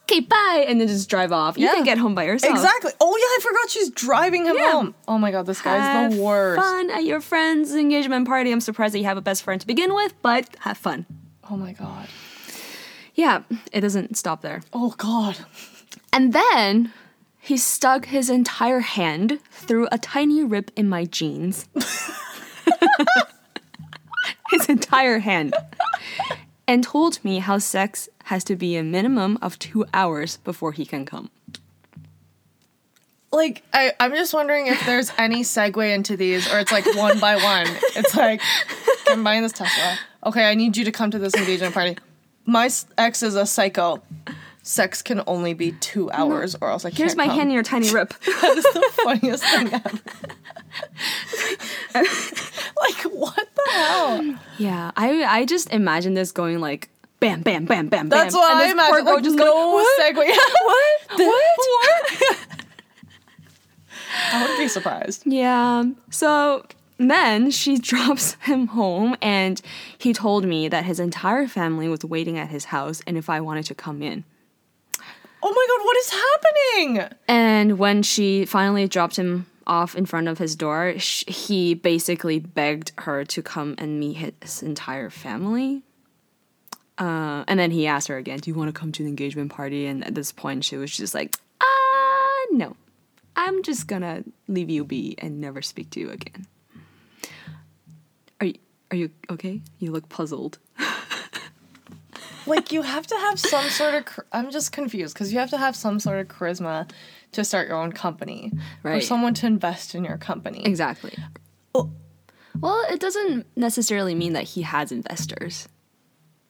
Speaker 1: okay, bye, and then just drive off. You
Speaker 2: Yeah.
Speaker 1: can get home by yourself.
Speaker 2: exactly. Oh, yeah, I forgot she's driving him
Speaker 1: Yeah.
Speaker 2: home. Oh my god, this guy's
Speaker 1: Have
Speaker 2: the worst.
Speaker 1: fun at your friend's engagement party. I'm surprised that you have a best friend to begin with, but have fun.
Speaker 2: Oh my god.
Speaker 1: Yeah, it doesn't stop there.
Speaker 2: Oh god.
Speaker 1: And then he stuck his entire hand through a tiny rip in my jeans. his entire hand. And told me how sex has to be a minimum of two hours before he can come.
Speaker 2: Like, I, I'm just wondering if there's any segue into these or it's like one by one. It's like, I'm buying this Tesla. Okay, I need you to come to this engagement party. My s- ex is a psycho. Sex can only be two hours, or else I can't.
Speaker 1: Here's my
Speaker 2: come.
Speaker 1: hand in your tiny rip.
Speaker 2: That is the funniest thing ever. like what the hell?
Speaker 1: yeah, I I just imagine this going like bam, bam, bam, bam,
Speaker 2: That's
Speaker 1: bam.
Speaker 2: why
Speaker 1: and
Speaker 2: I
Speaker 1: this poor
Speaker 2: imagine
Speaker 1: girl
Speaker 2: like,
Speaker 1: just
Speaker 2: no
Speaker 1: going, what?
Speaker 2: segue. what?
Speaker 1: The-
Speaker 2: I wouldn't be surprised.
Speaker 1: Yeah. So then she drops him home, and he told me that his entire family was waiting at his house and if I wanted to come in.
Speaker 2: Oh my god, what is happening?
Speaker 1: And when she finally dropped him off in front of his door, sh- he basically begged her to come and meet his entire family. Uh, and then he asked her again, Do you want to come to the engagement party? And at this point, she was just like, Ah, no. I'm just gonna leave you be and never speak to you again. Are you, are you okay? You look puzzled.
Speaker 2: Like you have to have some sort of. char- I'm just confused because you have to have some sort of charisma to start your own company, or
Speaker 1: Right.
Speaker 2: someone to invest in your company.
Speaker 1: Exactly.
Speaker 2: Oh.
Speaker 1: Well, it doesn't necessarily mean that he has investors.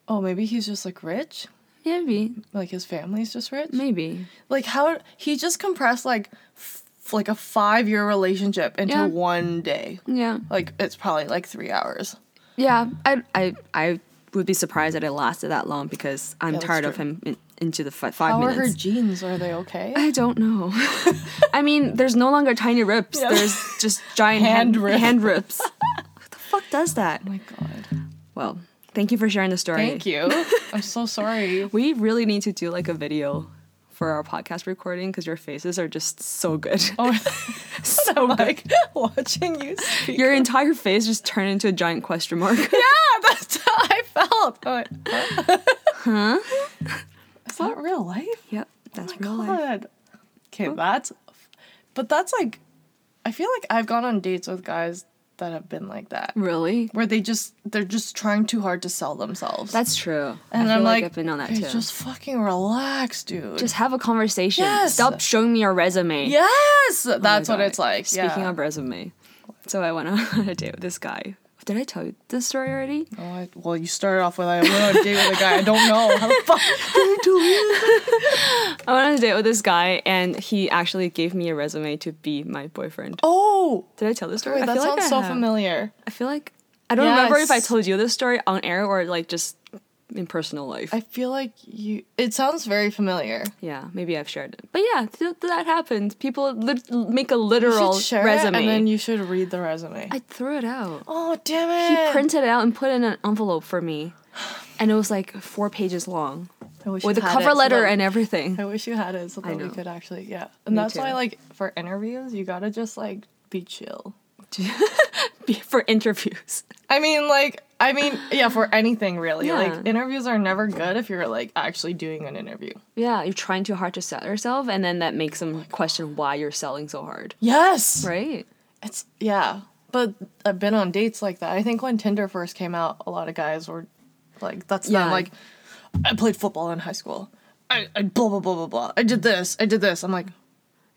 Speaker 2: Oh, maybe he's just like rich.
Speaker 1: Maybe.
Speaker 2: Like his family's just rich.
Speaker 1: Maybe.
Speaker 2: Like how he just compressed like f- like a five year relationship into
Speaker 1: Yeah.
Speaker 2: one day.
Speaker 1: Yeah.
Speaker 2: Like it's probably like three hours.
Speaker 1: Yeah. I I I would be surprised that it lasted that long because
Speaker 2: Yeah,
Speaker 1: I'm
Speaker 2: that's
Speaker 1: tired of
Speaker 2: true.
Speaker 1: him in, into the f- five
Speaker 2: How are her
Speaker 1: minutes.
Speaker 2: jeans? Are they okay? Oh
Speaker 1: I don't know. I mean, there's no longer tiny rips.
Speaker 2: Yeah.
Speaker 1: There's just giant
Speaker 2: Hand
Speaker 1: hand,
Speaker 2: rip.
Speaker 1: hand rips. Who the fuck does that?
Speaker 2: Oh my god.
Speaker 1: Well, thank you for sharing the story.
Speaker 2: Thank you. I'm so sorry.
Speaker 1: We really need to do like a video for our podcast recording because your faces are just so good.
Speaker 2: Oh,
Speaker 1: so good.
Speaker 2: like watching you speak.
Speaker 1: Your entire face just turned into a giant question mark.
Speaker 2: yeah, that's how I felt. I went, huh? Is that real life?
Speaker 1: yep, that's
Speaker 2: Oh my
Speaker 1: real life.
Speaker 2: god. Okay, that's. But that's like, I feel like I've gone on dates with guys that have been like that,
Speaker 1: Really?
Speaker 2: where they just they're just trying too hard to sell themselves.
Speaker 1: That's true.
Speaker 2: and
Speaker 1: I feel
Speaker 2: I'm like,
Speaker 1: I've been on that
Speaker 2: "Okay,
Speaker 1: too.
Speaker 2: Just fucking relax, dude.
Speaker 1: Just have a conversation.
Speaker 2: Yes.
Speaker 1: Stop showing me your resume.
Speaker 2: yes, that's
Speaker 1: Oh my
Speaker 2: what
Speaker 1: God.
Speaker 2: it's like.
Speaker 1: Speaking
Speaker 2: yeah.
Speaker 1: of resume, so I went on a date with this guy. Did I tell you this story already?
Speaker 2: Oh, I, well, you started off with I went on a date with a guy I don't know. How the fuck?
Speaker 1: I went on a date with this guy, and he actually gave me a resume to be my boyfriend.
Speaker 2: Oh,
Speaker 1: Did I tell this story?
Speaker 2: wait,
Speaker 1: I
Speaker 2: that
Speaker 1: feel like
Speaker 2: sounds
Speaker 1: I
Speaker 2: so
Speaker 1: have.
Speaker 2: familiar.
Speaker 1: I feel like I don't remember if I
Speaker 2: Yes.
Speaker 1: told you this story on air or like just in personal life.
Speaker 2: I feel like you. It sounds very familiar.
Speaker 1: yeah, maybe I've shared it. But yeah, th- that happens. People lit- make a
Speaker 2: You should
Speaker 1: literal
Speaker 2: share
Speaker 1: resume.
Speaker 2: it, and then you should read the resume.
Speaker 1: I threw it out.
Speaker 2: oh damn it!
Speaker 1: He printed it out and put it in an envelope for me. And it was like four pages long
Speaker 2: I wish
Speaker 1: with a
Speaker 2: you had
Speaker 1: cover
Speaker 2: it so
Speaker 1: letter
Speaker 2: that-
Speaker 1: and everything.
Speaker 2: I wish you had it so that we
Speaker 1: know.
Speaker 2: could actually yeah. And
Speaker 1: Me
Speaker 2: that's why
Speaker 1: too.
Speaker 2: like for interviews you gotta just like be chill.
Speaker 1: for interviews.
Speaker 2: I mean like I mean yeah for anything really like
Speaker 1: Yeah.
Speaker 2: interviews are never good if you're like actually doing an interview.
Speaker 1: Yeah, you're trying too hard to sell yourself, and then that makes them question why you're selling so hard.
Speaker 2: Yes.
Speaker 1: Right?
Speaker 2: It's yeah. But I've been on dates like that. I think when Tinder first came out, a lot of guys were like, that's them
Speaker 1: Yeah.
Speaker 2: like I played football in high school. I, I blah blah blah blah blah. I did this. I did this. I'm like,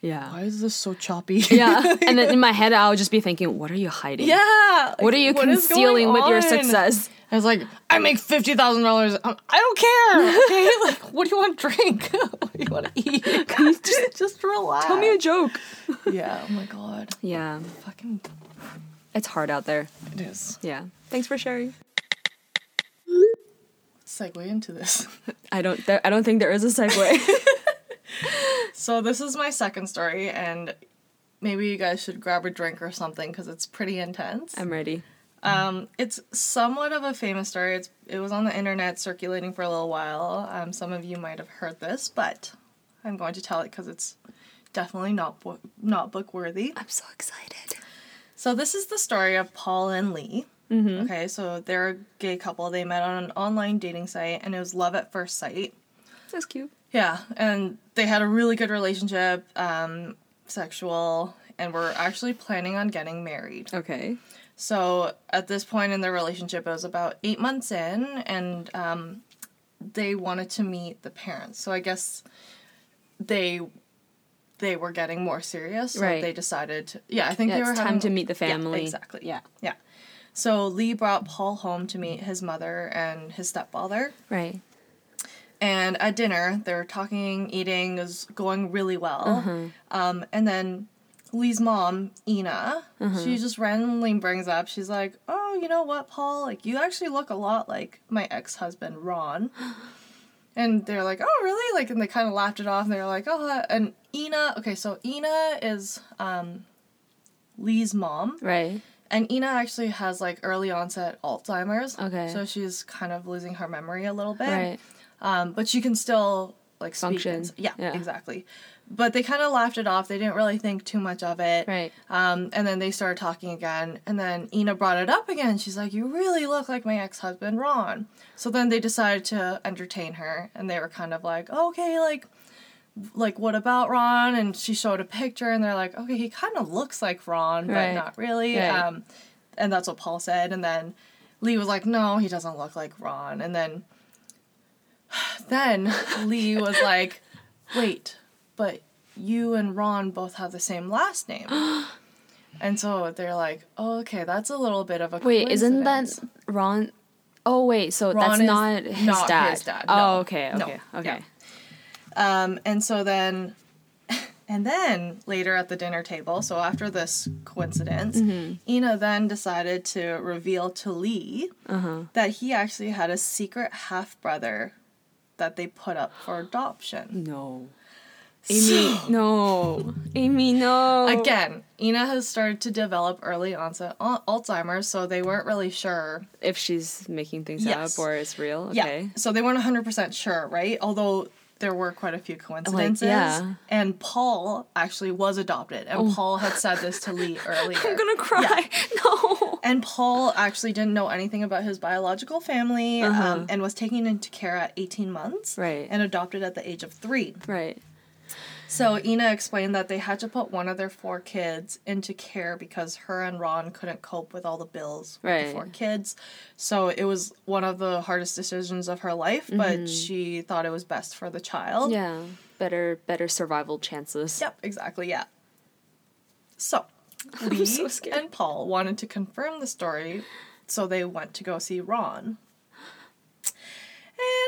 Speaker 1: Yeah.
Speaker 2: why is this so choppy?
Speaker 1: Yeah. and then in my head, I'll just be thinking, what are you hiding?
Speaker 2: yeah.
Speaker 1: What are you concealing with your success?
Speaker 2: I was like, I make fifty thousand dollars. I don't care. Okay, like, what do you want to drink? what do you want to eat?
Speaker 1: Can you just
Speaker 2: Just, just relax.
Speaker 1: tell me a joke?
Speaker 2: yeah. Oh my god.
Speaker 1: Yeah.
Speaker 2: Fucking.
Speaker 1: It's hard out there.
Speaker 2: It is.
Speaker 1: Yeah. Thanks for sharing.
Speaker 2: Segue into this.
Speaker 1: I don't. There, I don't think there is a segue.
Speaker 2: So this is my second story, and maybe you guys should grab a drink or something because it's pretty intense.
Speaker 1: I'm ready.
Speaker 2: Um, it's somewhat of a famous story. It's, it was on the internet circulating for a little while. Um, some of you might have heard this, but I'm going to tell it because it's definitely not bo- not book worthy.
Speaker 1: I'm so excited.
Speaker 2: So this is the story of Paul and Lee. Okay, so they're a gay couple. They met on an online dating site, and it was love at first sight.
Speaker 1: That's cute.
Speaker 2: Yeah, and they had a really good relationship, um, sexual, and were actually planning on getting married.
Speaker 1: Okay.
Speaker 2: So at this point in their relationship, it was about eight months in, and um, they wanted to meet the parents. So I guess they they were getting more serious. So
Speaker 1: Right.
Speaker 2: They decided, to, yeah, I think
Speaker 1: Yeah,
Speaker 2: they were
Speaker 1: it's time
Speaker 2: having
Speaker 1: to meet the
Speaker 2: yeah,
Speaker 1: family.
Speaker 2: exactly.
Speaker 1: Yeah.
Speaker 2: Yeah. So Lee brought Paul home to meet his mother and his stepfather.
Speaker 1: Right.
Speaker 2: And at dinner, they were talking, eating, it was going really well.
Speaker 1: Mm-hmm.
Speaker 2: Um, and then Lee's mom, Ina,
Speaker 1: Mm-hmm.
Speaker 2: she just randomly brings up, she's like, Oh, you know what, Paul? Like, you actually look a lot like my ex husband, Ron. And they're like, Oh, really? Like, and they kind of laughed it off. And they're like, Oh, huh." and Ina, okay, so Ina is um, Lee's mom.
Speaker 1: Right.
Speaker 2: And Ina actually has like early onset Alzheimer's.
Speaker 1: Okay.
Speaker 2: So she's kind of losing her memory a little bit.
Speaker 1: Right.
Speaker 2: Um, but she can still like speak
Speaker 1: Function.
Speaker 2: and s- Yeah,
Speaker 1: Yeah.
Speaker 2: exactly. But they kind of laughed it off. They didn't really think too much of it.
Speaker 1: Right.
Speaker 2: Um, and then they started talking again. And then Ina brought it up again. She's like, You really look like my ex husband, Ron. So then they decided to entertain her. And they were kind of like, Okay, like, like what about Ron? And she showed a picture, and they're like, okay, he kind of looks like Ron,
Speaker 1: Right.
Speaker 2: but not really.
Speaker 1: Right.
Speaker 2: Um, and that's what Paul said. And then Lee was like, no, he doesn't look like Ron. And then then Lee was like, wait, but you and Ron both have the same last name. and so they're like, oh, okay, that's a little bit of a
Speaker 1: Wait, isn't that
Speaker 2: coincidence."
Speaker 1: Ron? Oh wait, so
Speaker 2: Ron
Speaker 1: that's
Speaker 2: is
Speaker 1: not his
Speaker 2: not
Speaker 1: dad.
Speaker 2: his dad,
Speaker 1: Oh
Speaker 2: no.
Speaker 1: okay,
Speaker 2: No,
Speaker 1: okay, okay.
Speaker 2: Um, and so then, and then later at the dinner table, so after this coincidence,
Speaker 1: Mm-hmm.
Speaker 2: Ina then decided to reveal to Lee
Speaker 1: Uh-huh.
Speaker 2: that he actually had a secret half brother that they put up for adoption.
Speaker 1: No. Amy, no. Amy, no.
Speaker 2: Again, Ina has started to develop early onset al- Alzheimer's, so they weren't really sure.
Speaker 1: If she's making things
Speaker 2: Yes.
Speaker 1: up or it's real,
Speaker 2: Yeah.
Speaker 1: okay.
Speaker 2: So they weren't 100% sure, right? Although there were quite a few coincidences.
Speaker 1: yeah. Oh.
Speaker 2: And Paul actually was adopted, and Paul had said this to Lee earlier.
Speaker 1: I'm gonna cry. No.
Speaker 2: And Paul actually didn't know anything about his biological family um, and was taken into care at 18 months
Speaker 1: Uh-huh. Right.
Speaker 2: and adopted at the age of three.
Speaker 1: Right.
Speaker 2: So Ina explained that they had to put one of their four kids into care because her and Ron couldn't cope with all the bills with the
Speaker 1: Right.
Speaker 2: four kids. So it was one of the hardest decisions of her life, but she thought it was best for the child.
Speaker 1: Yeah. Better better survival chances.
Speaker 2: Yep, exactly, yeah. So, Lee
Speaker 1: so scared.
Speaker 2: and Paul wanted to confirm the story, so they went to go see Ron.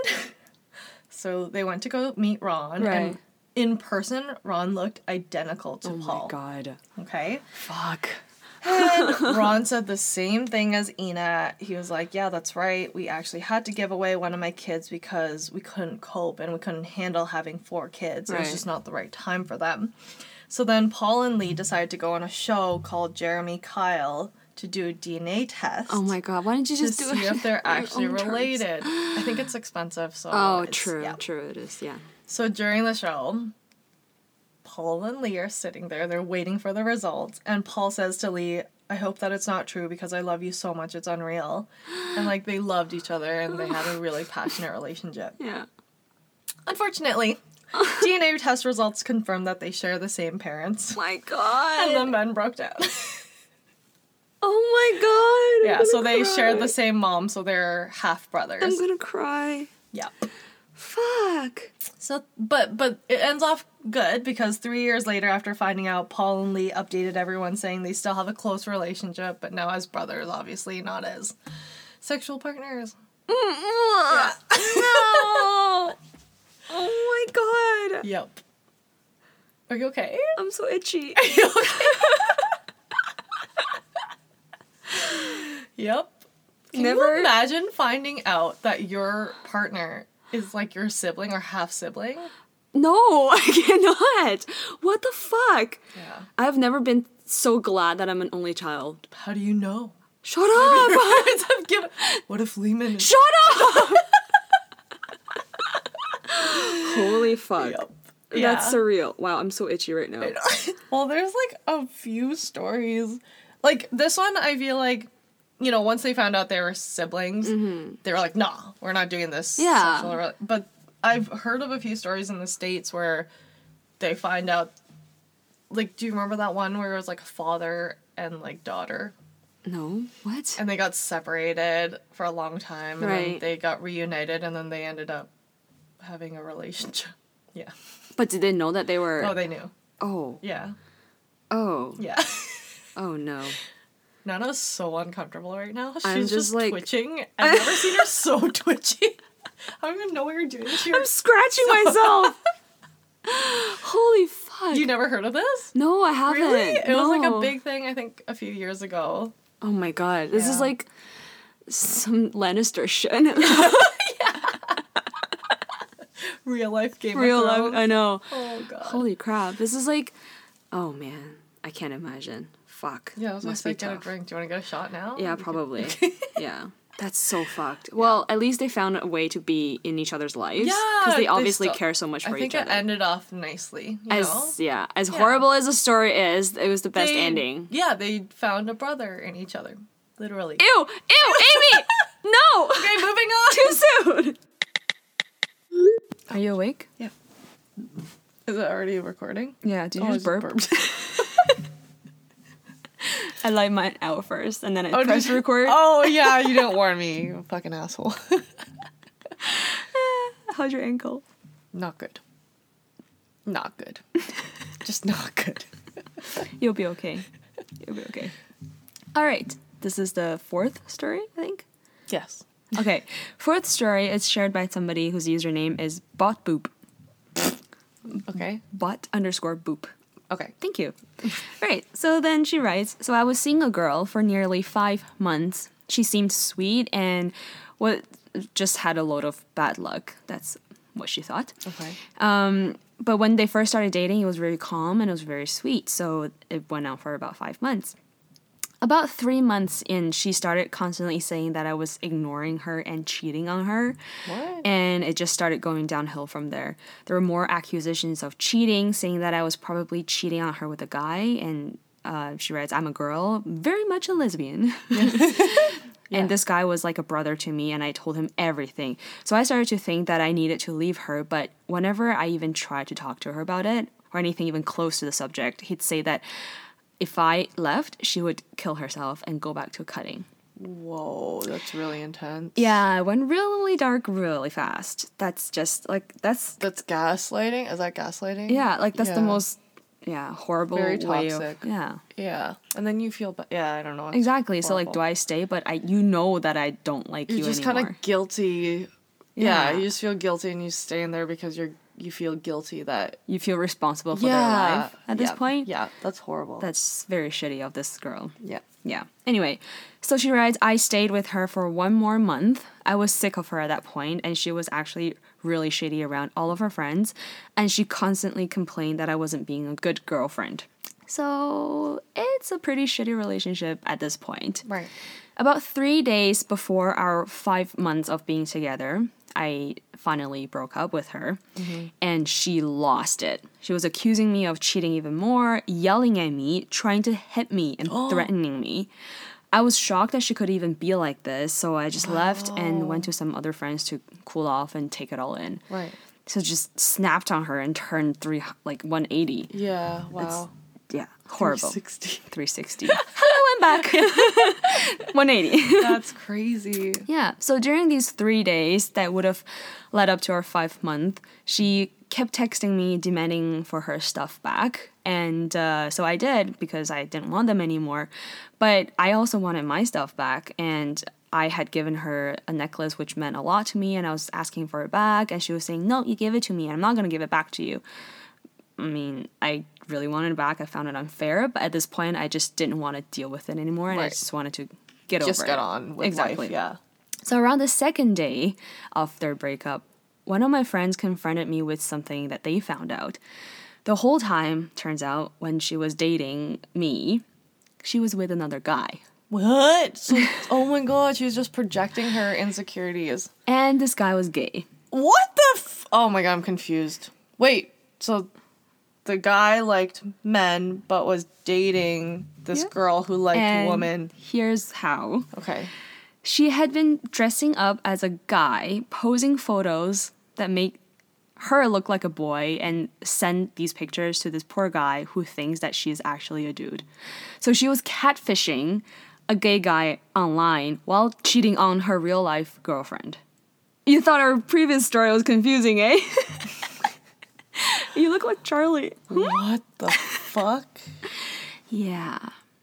Speaker 2: And so they went to go meet Ron, and
Speaker 1: Right.
Speaker 2: in person, Ron looked identical to
Speaker 1: Oh
Speaker 2: Paul.
Speaker 1: my god.
Speaker 2: Okay.
Speaker 1: Fuck.
Speaker 2: And Ron said the same thing as Ina. He was like, Yeah, that's right. We actually had to give away one of my kids because we couldn't cope and we couldn't handle having four kids. It was
Speaker 1: Right.
Speaker 2: just not the right time for them. So then Paul and Lee decided to go on a show called Jeremy Kyle to do a DNA test.
Speaker 1: Oh my god. Why didn't you
Speaker 2: To
Speaker 1: just do
Speaker 2: see
Speaker 1: it?
Speaker 2: if they're
Speaker 1: on your
Speaker 2: actually
Speaker 1: own terms?
Speaker 2: related. I think it's expensive, so.
Speaker 1: Oh,
Speaker 2: it's-
Speaker 1: true.
Speaker 2: yeah. Oh
Speaker 1: True. It is. Yeah.
Speaker 2: So during the show, Paul and Lee are sitting there. They're waiting for the results. And Paul says to Lee, I hope that it's not true because I love you so much. It's unreal. And like they loved each other and they had a really passionate relationship.
Speaker 1: Yeah.
Speaker 2: Unfortunately, DNA test results confirm that they share the same parents.
Speaker 1: My
Speaker 2: And the
Speaker 1: god.
Speaker 2: men broke down.
Speaker 1: Oh my god. I'm
Speaker 2: yeah, so
Speaker 1: gonna
Speaker 2: they shared
Speaker 1: cry.
Speaker 2: the same mom, so they're half brothers.
Speaker 1: I'm gonna cry.
Speaker 2: Yeah.
Speaker 1: Fuck.
Speaker 2: So, but but it ends off good because three years later, after finding out, Paul and Lee updated everyone saying they still have a close relationship, but now as brothers, obviously not as sexual partners.
Speaker 1: No. Oh my god.
Speaker 2: Yep. Are you okay?
Speaker 1: I'm so itchy.
Speaker 2: Yep. Can
Speaker 1: Never-
Speaker 2: you imagine finding out that your partner is like your sibling or half sibling?
Speaker 1: No, I cannot. What the fuck?
Speaker 2: Yeah.
Speaker 1: I've never been so glad that I'm an only child.
Speaker 2: How do you know?
Speaker 1: Shut up!
Speaker 2: Parents have given- What if Lehman is
Speaker 1: Shut up! Holy fuck.
Speaker 2: Yep.
Speaker 1: That's
Speaker 2: Yeah.
Speaker 1: surreal. Wow, I'm so itchy right now.
Speaker 2: well, there's like a few stories. Like this one, I feel like, you know, once they found out they were siblings, they were like, nah, we're not doing this.
Speaker 1: Mm-hmm. Yeah.
Speaker 2: sexual rela-" But I've heard of a few stories in the States where they find out, like, do you remember that one where it was like father and like daughter?
Speaker 1: No, what?
Speaker 2: And they got separated for a long time and then
Speaker 1: Right.
Speaker 2: they got reunited and then they ended up having a relationship. Yeah.
Speaker 1: But did they know that they were?
Speaker 2: Oh, they knew.
Speaker 1: oh,
Speaker 2: Yeah.
Speaker 1: oh,
Speaker 2: Yeah.
Speaker 1: oh no.
Speaker 2: Nana's so uncomfortable right now. She's
Speaker 1: I'm
Speaker 2: just,
Speaker 1: just, like-
Speaker 2: twitching. I've never seen her so twitchy. I don't even know what you're doing. to your-
Speaker 1: I'm scratching myself. Holy fuck.
Speaker 2: you never heard of this?
Speaker 1: no, I haven't.
Speaker 2: Really? It was like a
Speaker 1: No.
Speaker 2: big thing, I think, a few years ago.
Speaker 1: Oh my god. This is
Speaker 2: Yeah.
Speaker 1: like some Lannister shit.
Speaker 2: Real life Game
Speaker 1: Real
Speaker 2: of
Speaker 1: life.
Speaker 2: Thrones.
Speaker 1: I know.
Speaker 2: Oh, God.
Speaker 1: Holy crap. This is like oh man. I can't imagine. Fuck.
Speaker 2: yeah, I was
Speaker 1: Must
Speaker 2: gonna
Speaker 1: be
Speaker 2: say, get a
Speaker 1: tough.
Speaker 2: drink. Do you want to get a shot now?
Speaker 1: Yeah, probably. yeah. That's so fucked. Well, at least they found a way to be in each other's lives.
Speaker 2: Yeah,
Speaker 1: Because they obviously
Speaker 2: still-
Speaker 1: care so much for
Speaker 2: I think
Speaker 1: each other.
Speaker 2: it ended off nicely. You know?
Speaker 1: as yeah, as horrible as the story is, it was the best
Speaker 2: They-
Speaker 1: ending.
Speaker 2: Yeah, they found a brother in each other, literally.
Speaker 1: Ew! Ew! Amy! no!
Speaker 2: Okay, moving on.
Speaker 1: Too soon. Are you awake?
Speaker 2: Is it already recording?
Speaker 1: Yeah. Did
Speaker 2: Oh, I just burped.
Speaker 1: I light mine out first, and then I
Speaker 2: Oh, did
Speaker 1: press
Speaker 2: you-
Speaker 1: record.
Speaker 2: Oh yeah, you didn't warn me, you fucking asshole.
Speaker 1: How's your ankle?
Speaker 2: not good. Not good. Just not good.
Speaker 1: You'll be okay. You'll be okay. All right. This is the fourth story, I think.
Speaker 2: Yes.
Speaker 1: Okay. Fourth story is shared by somebody whose username is botboop.
Speaker 2: Okay.
Speaker 1: Bot underscore boop.
Speaker 2: Okay.
Speaker 1: Thank you. right. So then she writes So I was seeing a girl for nearly five months. She seemed sweet and what just had a load of bad luck. That's what she thought.
Speaker 2: Okay.
Speaker 1: Um, but when they first started dating, it was very calm and it was very sweet. So it went on for about five months. About three months in, she started constantly saying that I was ignoring her and cheating on her.
Speaker 2: What?
Speaker 1: And it just started going downhill from there. There were more accusations of cheating, saying that I was probably cheating on her with a guy. And uh, she writes, I'm a girl, very much a lesbian. And this guy was like a brother to me, and I told him everything. So I started to think that I needed to leave her, but whenever I even tried to talk to her about it or anything even close to the subject, he'd say that if I left, she would kill herself and go back to cutting.
Speaker 2: Whoa, that's really intense.
Speaker 1: Yeah, it went really dark really fast. That's just like, that's,
Speaker 2: That's gaslighting. Is that gaslighting?
Speaker 1: yeah, like that's the
Speaker 2: Yeah.
Speaker 1: most, yeah, horrible
Speaker 2: Very
Speaker 1: way of-
Speaker 2: toxic.
Speaker 1: yeah.
Speaker 2: Yeah. And then you feel bad. Yeah, I don't know. It's
Speaker 1: Exactly. So like,
Speaker 2: horrible.
Speaker 1: do I stay? But I, you know that I don't like you
Speaker 2: You're just kind
Speaker 1: anymore.
Speaker 2: of guilty. Yeah.
Speaker 1: Yeah.
Speaker 2: you just feel guilty and you stay in there because you're you feel guilty that
Speaker 1: you feel responsible for their life at this
Speaker 2: Yeah.
Speaker 1: point.
Speaker 2: Yeah, that's horrible.
Speaker 1: That's very shitty of this girl.
Speaker 2: yeah.
Speaker 1: Yeah. Anyway, so she writes, I stayed with her for one more month. I was sick of her at that point, and she was actually really shitty around all of her friends, and she constantly complained that I wasn't being a good girlfriend. So it's a pretty shitty relationship at this point.
Speaker 2: Right.
Speaker 1: About three days before our five months of being together, I finally broke up with her and she lost it. She was accusing me of cheating even more, yelling at me, trying to hit me, and threatening me. I was shocked that she could even be like this, so I just left and went to some other friends to cool off and take it all in.
Speaker 2: Right.
Speaker 1: So just snapped on her and turned three like 180.
Speaker 2: Yeah. Wow.
Speaker 1: Yeah, horrible.
Speaker 2: Sixty.
Speaker 1: 360. I went back. 180.
Speaker 2: That's crazy.
Speaker 1: Yeah. So during these three days that would have led up to our five month, she kept texting me demanding for her stuff back. And uh, so I did because I didn't want them anymore. But I also wanted my stuff back. And I had given her a necklace which meant a lot to me. And I was asking for it back. And she was saying, No, you gave it to me. I'm not going to give it back to you. I mean, I really wanted it back. I found it unfair. But at this point, I just didn't want to deal with it anymore. And I
Speaker 2: Right.
Speaker 1: just wanted to get over
Speaker 2: Just
Speaker 1: it.
Speaker 2: get on with
Speaker 1: Exactly.
Speaker 2: life. Yeah.
Speaker 1: So around the second day of their breakup, one of my friends confronted me with something that they found out. The whole time, turns out, when she was dating me, she was with another guy.
Speaker 2: What? So, oh my god, she was just projecting her insecurities.
Speaker 1: And this guy was gay.
Speaker 2: What the f- Oh my god, I'm confused. Wait, so the guy liked men but was dating this
Speaker 1: Yeah.
Speaker 2: girl who liked
Speaker 1: And
Speaker 2: women.
Speaker 1: Here's how.
Speaker 2: Okay.
Speaker 1: She had been dressing up as a guy, posing photos that make her look like a boy and send these pictures to this poor guy who thinks that she's actually a dude. So she was catfishing a gay guy online while cheating on her real life girlfriend. You thought our previous story was confusing, eh? you look like Charlie.
Speaker 2: What the fuck?
Speaker 1: Yeah.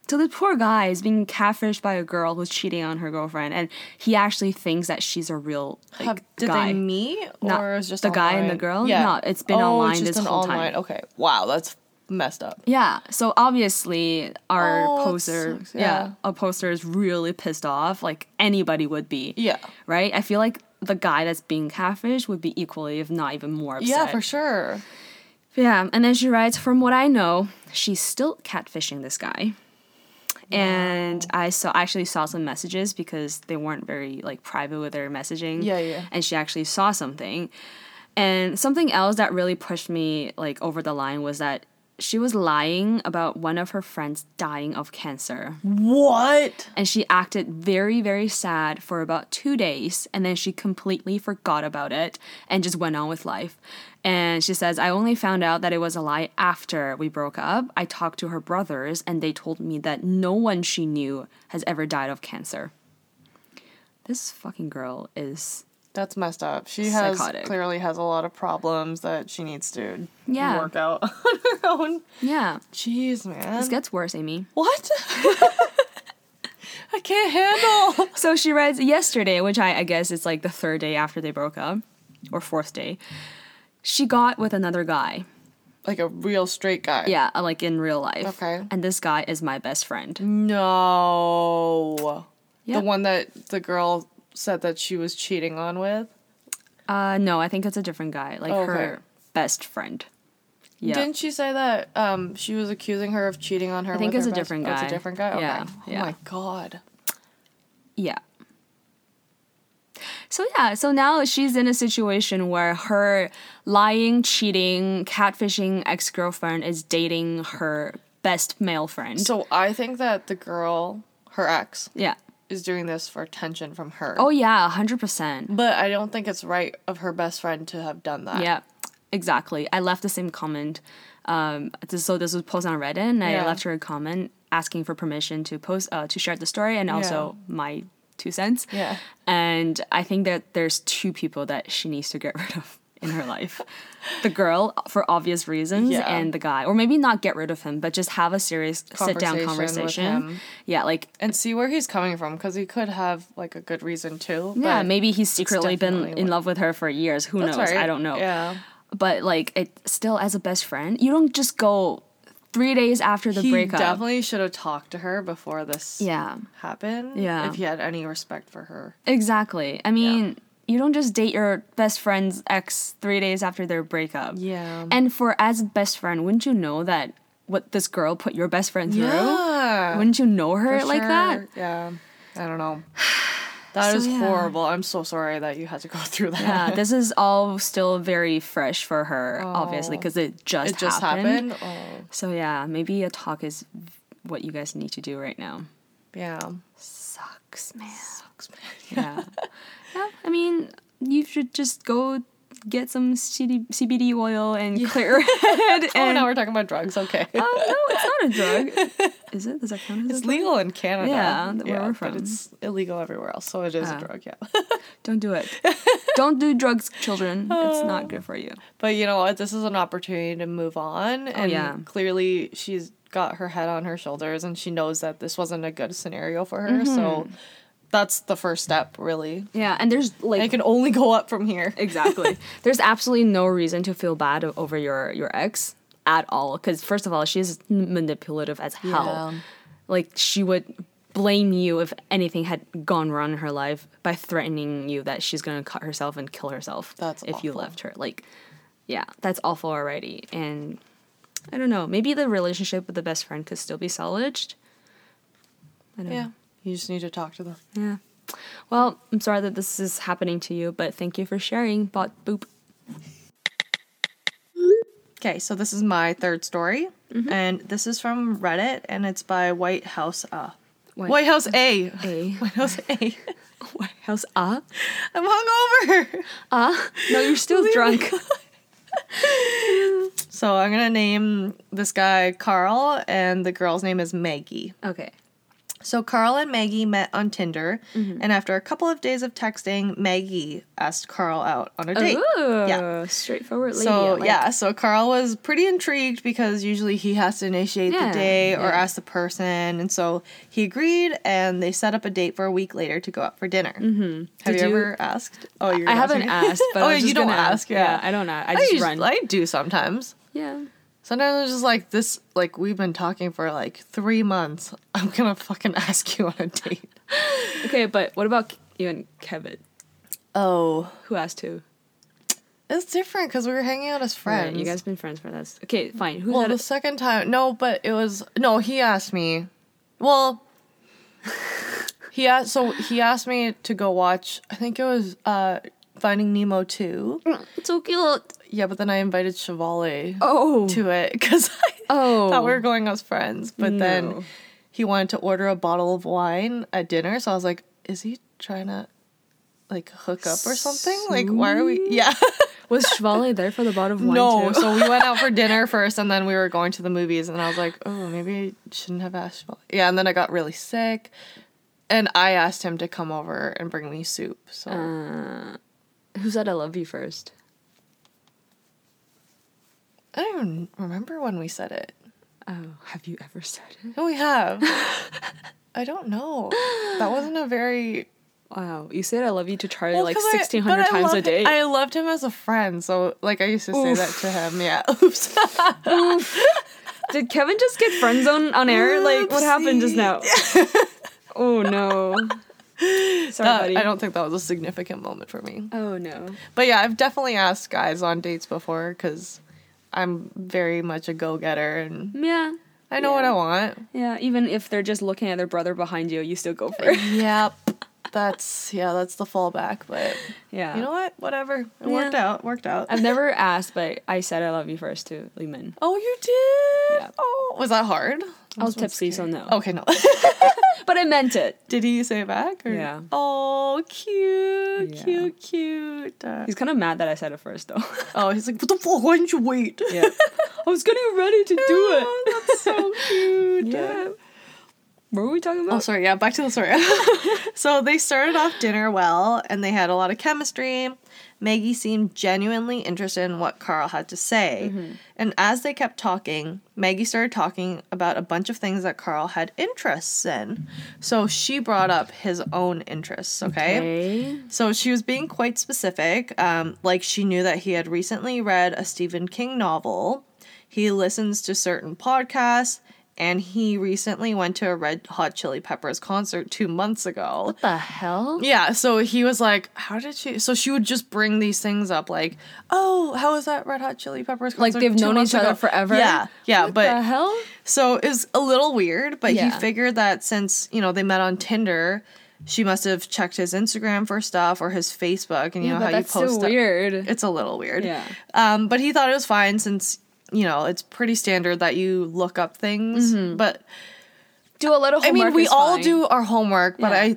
Speaker 1: So the poor guy is being catfished by a girl who's cheating on her girlfriend, and he actually thinks that she's a real like,
Speaker 2: Have, did
Speaker 1: guy.
Speaker 2: they meet or
Speaker 1: Not-
Speaker 2: is just
Speaker 1: the guy and the
Speaker 2: online?
Speaker 1: girl?
Speaker 2: Yeah,
Speaker 1: No, it's been
Speaker 2: oh,
Speaker 1: online
Speaker 2: it's just
Speaker 1: this
Speaker 2: an
Speaker 1: whole time.
Speaker 2: online. Okay, wow, that's messed up.
Speaker 1: Yeah. So obviously our
Speaker 2: Oh, that
Speaker 1: poster
Speaker 2: sucks,
Speaker 1: yeah.
Speaker 2: yeah.
Speaker 1: our poster is really pissed off. Like anybody would be.
Speaker 2: Yeah.
Speaker 1: Right? I feel like the guy that's being catfished would be equally, if not even more upset.
Speaker 2: Yeah, for sure.
Speaker 1: Yeah. And then she writes, From what I know, she's still catfishing this guy. And I saw I actually saw some messages because they weren't very like private with their messaging.
Speaker 2: Yeah, yeah.
Speaker 1: And she actually saw something. And something else that really pushed me like over the line was that she was lying about one of her friends dying of cancer.
Speaker 2: What?
Speaker 1: And she acted very, very sad for about two days. And then she completely forgot about it and just went on with life. And she says, I only found out that it was a lie after we broke up. I talked to her brothers, and they told me that no one she knew has ever died of cancer. This fucking girl is.
Speaker 2: That's messed up. She has
Speaker 1: Psychotic.
Speaker 2: clearly has a lot of problems that she needs to
Speaker 1: Yeah.
Speaker 2: work out on her own.
Speaker 1: Yeah.
Speaker 2: Jeez, man.
Speaker 1: This gets worse, Amy.
Speaker 2: what? I can't handle.
Speaker 1: So she writes yesterday, which I, I guess is like the third day after they broke up, or fourth day. She got with another guy.
Speaker 2: Like a real straight guy.
Speaker 1: Yeah, uh, like in real life.
Speaker 2: Okay. Mm.
Speaker 1: And this guy is my best friend.
Speaker 2: No.
Speaker 1: Yeah.
Speaker 2: The one that the girl said that she was cheating on with.
Speaker 1: Uh, no, I think it's a different guy. Like
Speaker 2: Oh, Okay.
Speaker 1: her best friend. Yeah.
Speaker 2: Didn't she say that um, she was accusing her of cheating on her?
Speaker 1: I think
Speaker 2: with
Speaker 1: it's
Speaker 2: her
Speaker 1: a
Speaker 2: best-
Speaker 1: different
Speaker 2: oh, it's
Speaker 1: guy.
Speaker 2: a different guy. Okay.
Speaker 1: Yeah,
Speaker 2: Oh
Speaker 1: yeah.
Speaker 2: my god.
Speaker 1: yeah. So yeah, so now she's in a situation where her lying, cheating, catfishing ex-girlfriend is dating her best male friend.
Speaker 2: So I think that the girl, her ex,
Speaker 1: yeah.
Speaker 2: is doing this for attention from her.
Speaker 1: Oh yeah, 100%.
Speaker 2: But I don't think it's right of her best friend to have done that.
Speaker 1: Yeah, exactly. I left the same comment. Um, this- so this was posted on Reddit, and I
Speaker 2: Yeah.
Speaker 1: left her a comment asking for permission to post uh, to share the story and also my two cents.
Speaker 2: Yeah.
Speaker 1: And I think that there's two people that she needs to get rid of in her life. the girl for obvious reasons
Speaker 2: Yeah.
Speaker 1: and the guy. Or maybe not get rid of him, but just have a serious sit
Speaker 2: Conversation
Speaker 1: down
Speaker 2: with
Speaker 1: conversation.
Speaker 2: him.
Speaker 1: Yeah, like
Speaker 2: And see where he's coming from because he could have like a good reason too.
Speaker 1: yeah,
Speaker 2: but
Speaker 1: maybe he's secretly been
Speaker 2: definitely
Speaker 1: in
Speaker 2: what-
Speaker 1: love with her for years. Who
Speaker 2: that's
Speaker 1: knows?
Speaker 2: right.
Speaker 1: I don't know.
Speaker 2: Yeah.
Speaker 1: but like it still as a best friend you don't just go three days after the
Speaker 2: he
Speaker 1: breakup
Speaker 2: definitely should have talked to her before this
Speaker 1: yeah
Speaker 2: happened.
Speaker 1: Yeah.
Speaker 2: If he had any respect for her.
Speaker 1: exactly i mean you don't just date your best friend's ex three days after their breakup
Speaker 2: Yeah.
Speaker 1: and for as a best friend wouldn't you know that what this girl put your best friend through
Speaker 2: Yeah.
Speaker 1: wouldn't you know her
Speaker 2: For
Speaker 1: like that
Speaker 2: sure. Yeah. I don't know. That
Speaker 1: So,
Speaker 2: is
Speaker 1: yeah.
Speaker 2: horrible. I'm so sorry that you had to go through that.
Speaker 1: yeah, Uh, this is all still very fresh for her, obviously, because it
Speaker 2: Oh.
Speaker 1: just
Speaker 2: it just happened. Oh,
Speaker 1: So yeah, maybe a talk is what you guys need to do right now.
Speaker 2: yeah.
Speaker 1: Sucks, man. yeah. yeah. I mean, you should just go get some CD, CBD oil and clear your head.
Speaker 2: Oh,
Speaker 1: and,
Speaker 2: now we're talking about drugs. Okay.
Speaker 1: Oh, no, it's not a drug. Is it? Does that count as a
Speaker 2: It's
Speaker 1: drug?
Speaker 2: legal in Canada.
Speaker 1: Yeah, th- where we're from.
Speaker 2: But it's illegal everywhere else, so it is
Speaker 1: Ah.
Speaker 2: a drug, yeah.
Speaker 1: Don't do it. Don't do drugs, children. It's not good for you.
Speaker 2: but you know what? This is an opportunity to move on. And
Speaker 1: yeah.
Speaker 2: clearly, she's got her head on her shoulders and she knows that this wasn't a good scenario for her. So that's the first step, really.
Speaker 1: Yeah, and there's like
Speaker 2: It can only go up from here.
Speaker 1: exactly. There's absolutely no reason to feel bad o- over your your ex at all. Because first of all, she's n- manipulative as hell.
Speaker 2: Yeah.
Speaker 1: Like she would blame you if anything had gone wrong in her life by threatening you that she's gonna cut herself and kill herself
Speaker 2: That's
Speaker 1: if you
Speaker 2: awful.
Speaker 1: left her. Like, yeah, that's awful already. And I don't know. Maybe the relationship with the best friend could still be salvaged. I don't
Speaker 2: Yeah.
Speaker 1: know.
Speaker 2: You just need to talk to them.
Speaker 1: Yeah. Well, I'm sorry that this is happening to you, but thank you for sharing. Bot boop.
Speaker 2: Okay, so this is my third story, and this is from Reddit, and it's by White House uh,
Speaker 1: White-
Speaker 2: White, House A.
Speaker 1: A.
Speaker 2: White House A.
Speaker 1: White House ah
Speaker 2: I'm hungover.
Speaker 1: ah. No, you're still drunk.
Speaker 2: So I'm gonna name this guy Carl, and the girl's name is Maggie.
Speaker 1: Okay.
Speaker 2: So Carl and Maggie met on Tinder,
Speaker 1: Mm-hmm.
Speaker 2: and after a couple of days of texting, Maggie asked Carl out on a date.
Speaker 1: Ooh,
Speaker 2: Yeah.
Speaker 1: straightforward lady. I
Speaker 2: So
Speaker 1: like
Speaker 2: yeah, so Carl was pretty intrigued because usually he has to initiate
Speaker 1: Yeah,
Speaker 2: the day or
Speaker 1: yeah.
Speaker 2: ask the person, and so he agreed, and they set up a date for a week later to go out for dinner. Mm-hmm. Have
Speaker 1: Did
Speaker 2: you,
Speaker 1: you-
Speaker 2: ever asked? Oh, you're
Speaker 1: I haven't
Speaker 2: asking-
Speaker 1: asked, but
Speaker 2: oh,
Speaker 1: I was
Speaker 2: you
Speaker 1: just
Speaker 2: don't
Speaker 1: gonna
Speaker 2: ask? Yeah,
Speaker 1: I don't know. I
Speaker 2: I,
Speaker 1: just
Speaker 2: usu-
Speaker 1: run.
Speaker 2: I do sometimes.
Speaker 1: yeah.
Speaker 2: Sometimes I'm just like this. Like we've been talking for like three months. I'm gonna fucking ask you on a date.
Speaker 1: Okay, but what about you and Kevin?
Speaker 2: Oh,
Speaker 1: Who asked who?
Speaker 2: it's different because we were hanging out as
Speaker 1: Alright,
Speaker 2: friends.
Speaker 1: you guys been friends for this. Okay, fine. Who
Speaker 2: Well,
Speaker 1: had
Speaker 2: the second time, no, but it was no. He asked me. Well, he asked. So he asked me to go watch. I think it was uh Finding Nemo two.
Speaker 1: so cute.
Speaker 2: Yeah, but then I invited Chevalier
Speaker 1: Oh,
Speaker 2: to it because I
Speaker 1: Oh.
Speaker 2: thought we were going as friends. But
Speaker 1: No.
Speaker 2: then he wanted to order a bottle of wine at dinner, so I was like, "Is he trying to like hook up or something? Like, why are we? Yeah."
Speaker 1: was Chevalier there for the bottle of wine
Speaker 2: No,
Speaker 1: too?
Speaker 2: so we went out for dinner first, and then we were going to the movies, and I was like, oh, maybe I shouldn't have asked. Well, Yeah, and then I got really sick, and I asked him to come over and bring me soup. So
Speaker 1: Uh. Who said I love you first?
Speaker 2: I don't even remember when we said it.
Speaker 1: Oh, have you ever said it?
Speaker 2: No, we have. I don't know. That wasn't a very
Speaker 1: Wow, you said I love you to Charlie
Speaker 2: Well,
Speaker 1: like
Speaker 2: 'cause I-
Speaker 1: sixteen hundred
Speaker 2: but I
Speaker 1: times
Speaker 2: love
Speaker 1: a
Speaker 2: him-
Speaker 1: day.
Speaker 2: I loved him as a friend, so like I used to say that to him. Yeah. Oops.
Speaker 1: Did Kevin just get friend zoned on air? Like what happened just now? oh no. Sorry,
Speaker 2: That-
Speaker 1: buddy.
Speaker 2: Uh, I don't think that was a significant moment for me.
Speaker 1: Oh no.
Speaker 2: But yeah, I've definitely asked guys on dates before because I'm very much a go getter and
Speaker 1: Yeah.
Speaker 2: I know what I want.
Speaker 1: Yeah, even if they're just looking at their brother behind you, you still go for it.
Speaker 2: Yep. That's yeah, that's the fallback, but
Speaker 1: Yeah.
Speaker 2: you know what? Whatever. It worked out. Worked out.
Speaker 1: I've never asked, but I said I love you first to Lehman.
Speaker 2: oh, you did.
Speaker 1: Yeah.
Speaker 2: Oh, was that hard?
Speaker 1: I was tipsy, so no.
Speaker 2: Okay, no.
Speaker 1: But I meant it.
Speaker 2: did he say it back? Or?
Speaker 1: Yeah.
Speaker 2: Oh, cute,
Speaker 1: Yeah.
Speaker 2: cute, cute. Uh,
Speaker 1: He's kind of mad that I said it first, though.
Speaker 2: oh, he's like, what the fuck? Why didn't you wait?
Speaker 1: Yeah. I was getting ready to do
Speaker 2: Oh,
Speaker 1: it.
Speaker 2: that's so cute.
Speaker 1: Yeah. What were we talking
Speaker 2: Oh,
Speaker 1: about?
Speaker 2: sorry. Yeah, back to the story. so they started off dinner well, and they had a lot of chemistry. Maggie seemed genuinely interested in what Carl had to say. And as they kept talking, Maggie started talking about a bunch of things that Carl had interests in. So she brought up his own interests, okay?
Speaker 1: Okay.
Speaker 2: So she was being quite specific. Um, like she knew that he had recently read a Stephen King novel. He listens to certain podcasts, and he recently went to a Red Hot Chili Peppers concert two months ago.
Speaker 1: the hell?
Speaker 2: Yeah, so he was like, "How did she?" So she would just bring these things up, like, "Oh, how was that Red Hot Chili Peppers?" Concert
Speaker 1: Like they've
Speaker 2: two
Speaker 1: known
Speaker 2: months
Speaker 1: each other
Speaker 2: ago?"
Speaker 1: forever?
Speaker 2: Yeah, yeah,
Speaker 1: What
Speaker 2: but
Speaker 1: the hell?
Speaker 2: so it was a little weird, but
Speaker 1: Yeah.
Speaker 2: he figured that since, you know, they met on Tinder, she must have checked his Instagram for stuff or his Facebook and you
Speaker 1: Yeah,
Speaker 2: know
Speaker 1: but
Speaker 2: how you
Speaker 1: that's
Speaker 2: post
Speaker 1: so
Speaker 2: stuff.
Speaker 1: weird.
Speaker 2: It's a little weird.
Speaker 1: Yeah.
Speaker 2: Um, but he thought it was fine since, you know, it's pretty standard that you look up things.
Speaker 1: Mm-hmm.
Speaker 2: But
Speaker 1: Do a little homework.
Speaker 2: I mean, we
Speaker 1: is
Speaker 2: all
Speaker 1: fine.
Speaker 2: do our homework, but
Speaker 1: Yeah.
Speaker 2: I